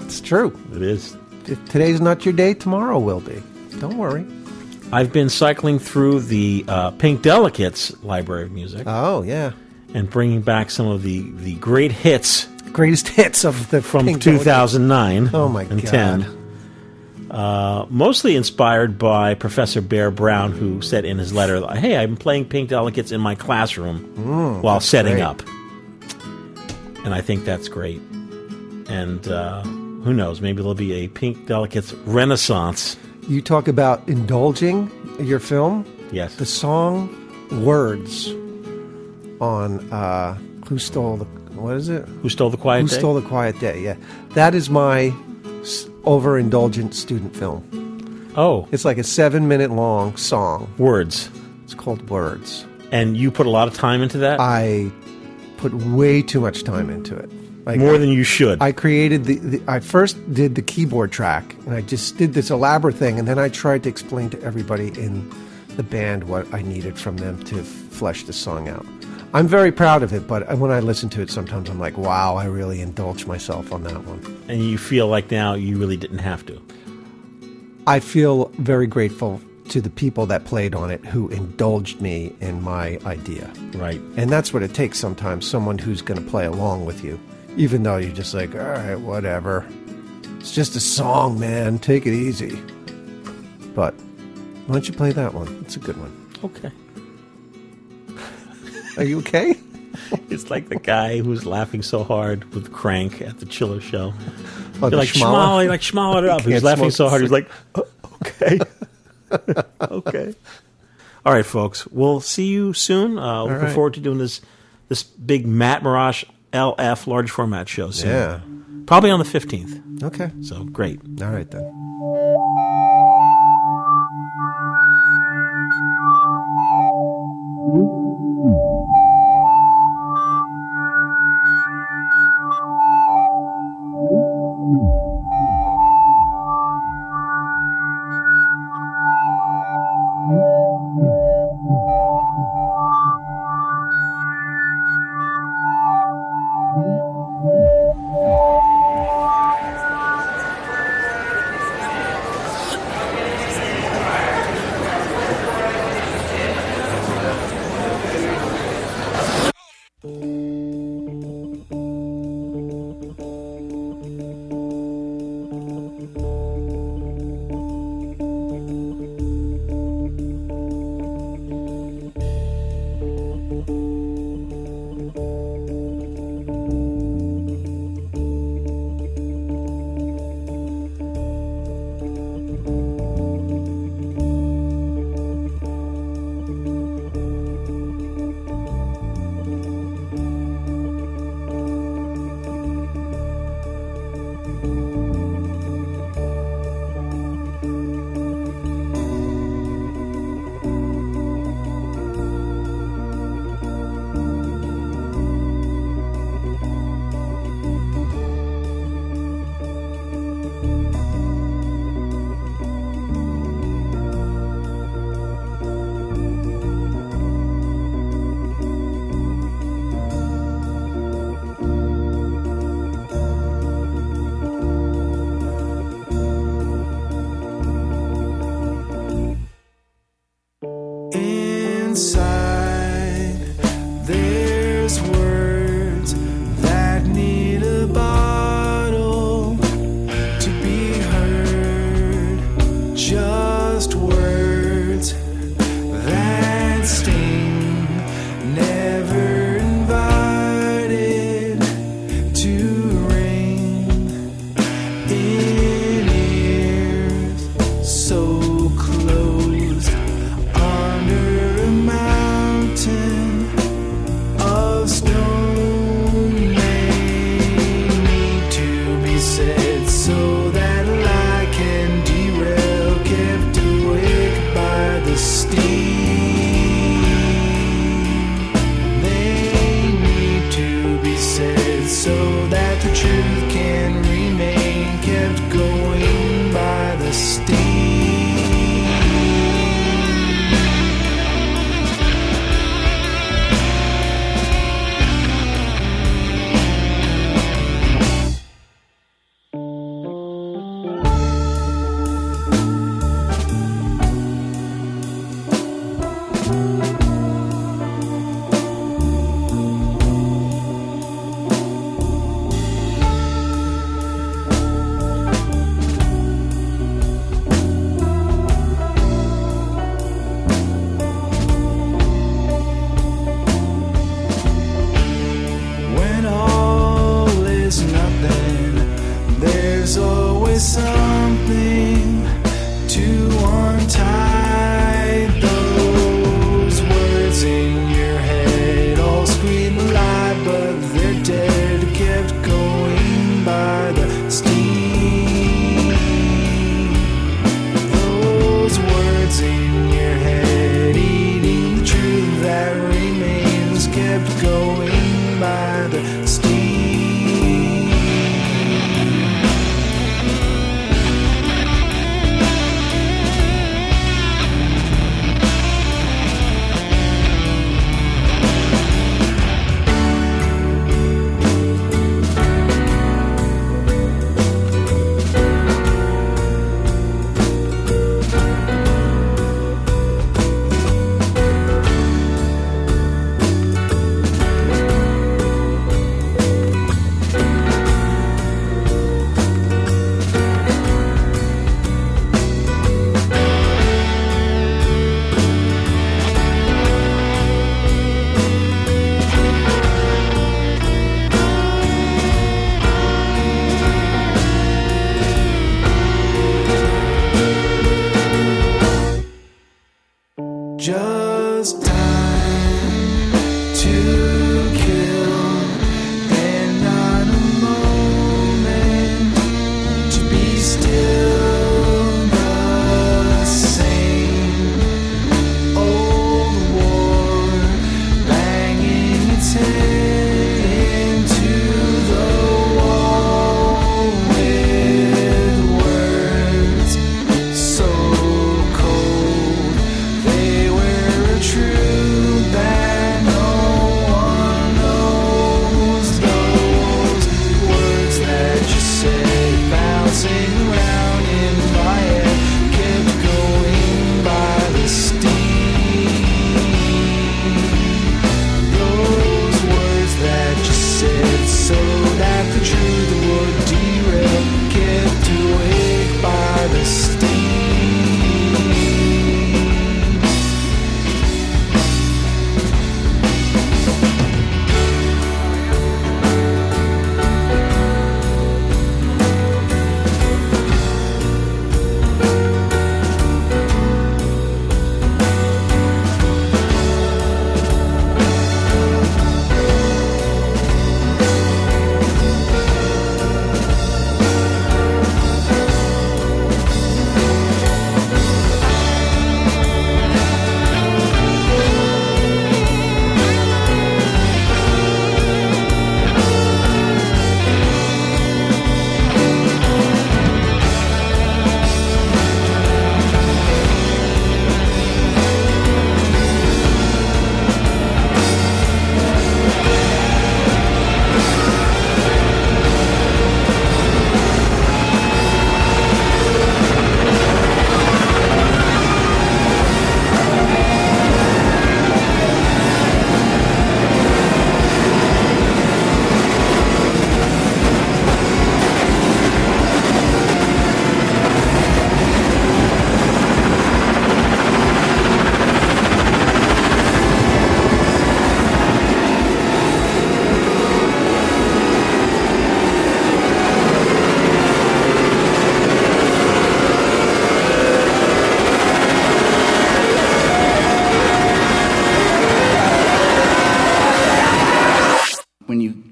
[SPEAKER 4] It's true.
[SPEAKER 3] It is.
[SPEAKER 4] If today's not your day, tomorrow will be. Don't worry.
[SPEAKER 3] I've been cycling through the uh, Pink Delicates Library of Music.
[SPEAKER 4] Oh yeah,
[SPEAKER 3] and bringing back some of the the great hits
[SPEAKER 4] Greatest hits of the
[SPEAKER 3] from
[SPEAKER 4] Pink
[SPEAKER 3] 2009.
[SPEAKER 4] Oh, my
[SPEAKER 3] and
[SPEAKER 4] God.
[SPEAKER 3] 10. Uh, mostly inspired by Professor Bear Brown, who said in his letter, "Hey, I'm playing Pink Delicates in my classroom
[SPEAKER 4] Mm,
[SPEAKER 3] while
[SPEAKER 4] that's
[SPEAKER 3] setting
[SPEAKER 4] great.
[SPEAKER 3] up," and I think that's great. And uh, who knows? Maybe there'll be a Pink Delicates renaissance.
[SPEAKER 4] You talk about indulging your film.
[SPEAKER 3] Yes.
[SPEAKER 4] The song words on uh, who stole the what is it?
[SPEAKER 3] Who stole the quiet?
[SPEAKER 4] who
[SPEAKER 3] Day?
[SPEAKER 4] stole the quiet day? Yeah, that is my s- overindulgent student film.
[SPEAKER 3] Oh,
[SPEAKER 4] It's like a seven-minute long song.
[SPEAKER 3] words.
[SPEAKER 4] It's called Words.
[SPEAKER 3] And you put a lot of time into that.
[SPEAKER 4] I put way too much time into it. Like,
[SPEAKER 3] More than you should.
[SPEAKER 4] I created the, the. I first did the keyboard track, and I just did this elaborate thing, and then I tried to explain to everybody in the band what I needed from them to f- flesh the song out. I'm very proud of it, but uh, when I listen to it, sometimes I'm like, "Wow, I really indulged myself on that one."
[SPEAKER 3] and you feel like now you really didn't have to.
[SPEAKER 4] I feel very grateful to the people that played on it who indulged me in my idea.
[SPEAKER 3] Right.
[SPEAKER 4] And that's what it takes sometimes someone who's going to play along with you, even though you're just like, all right, whatever. It's just a song, man. Take it easy. But why don't you play that one? It's a good one.
[SPEAKER 3] Okay.
[SPEAKER 4] Are you okay?
[SPEAKER 3] It's like the guy who's laughing so hard with Crank at the Chiller Show.
[SPEAKER 4] Oh,
[SPEAKER 3] You're
[SPEAKER 4] the
[SPEAKER 3] like
[SPEAKER 4] schmala?
[SPEAKER 3] schmally, like schmall it up.
[SPEAKER 4] Can't
[SPEAKER 3] He's laughing
[SPEAKER 4] smoke
[SPEAKER 3] so hard. He's
[SPEAKER 4] cig-
[SPEAKER 3] like, "Oh, okay, okay. All right, folks. We'll see you soon. Uh, looking
[SPEAKER 4] right.
[SPEAKER 3] forward to doing this this big Matt Mirage LF large format show soon.
[SPEAKER 4] Yeah.
[SPEAKER 3] Probably on the 15th.
[SPEAKER 4] Okay.
[SPEAKER 3] So great.
[SPEAKER 4] All right, then.
[SPEAKER 1] Inside, there's words that need a bottle to be heard. Just words that sting, never invited to ring in ears so closed under a mountain of stone may need to be said so that I can derail kept awake by the steam they need to be said so that the truth can remain kept going by the steam When all is nothing, there's always something to untie. Those words in your head all scream alive, but they're dead, kept going by the steam. Those words in your head, eating the truth that remains, kept going by the steam.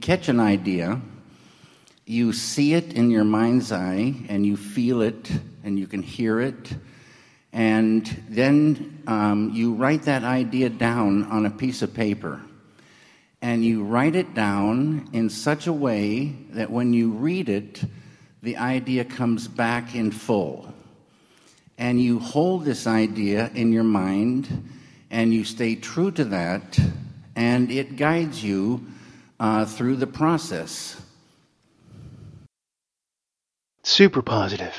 [SPEAKER 1] catch an idea, you see it in your mind's eye, and you feel it, and you can hear it, and then um, you write that idea down on a piece of paper. And you write it down in such a way that when you read it, the idea comes back in full. And you hold this idea in your mind and you stay true to that, and it guides you uh, through the process.
[SPEAKER 5] Super positive.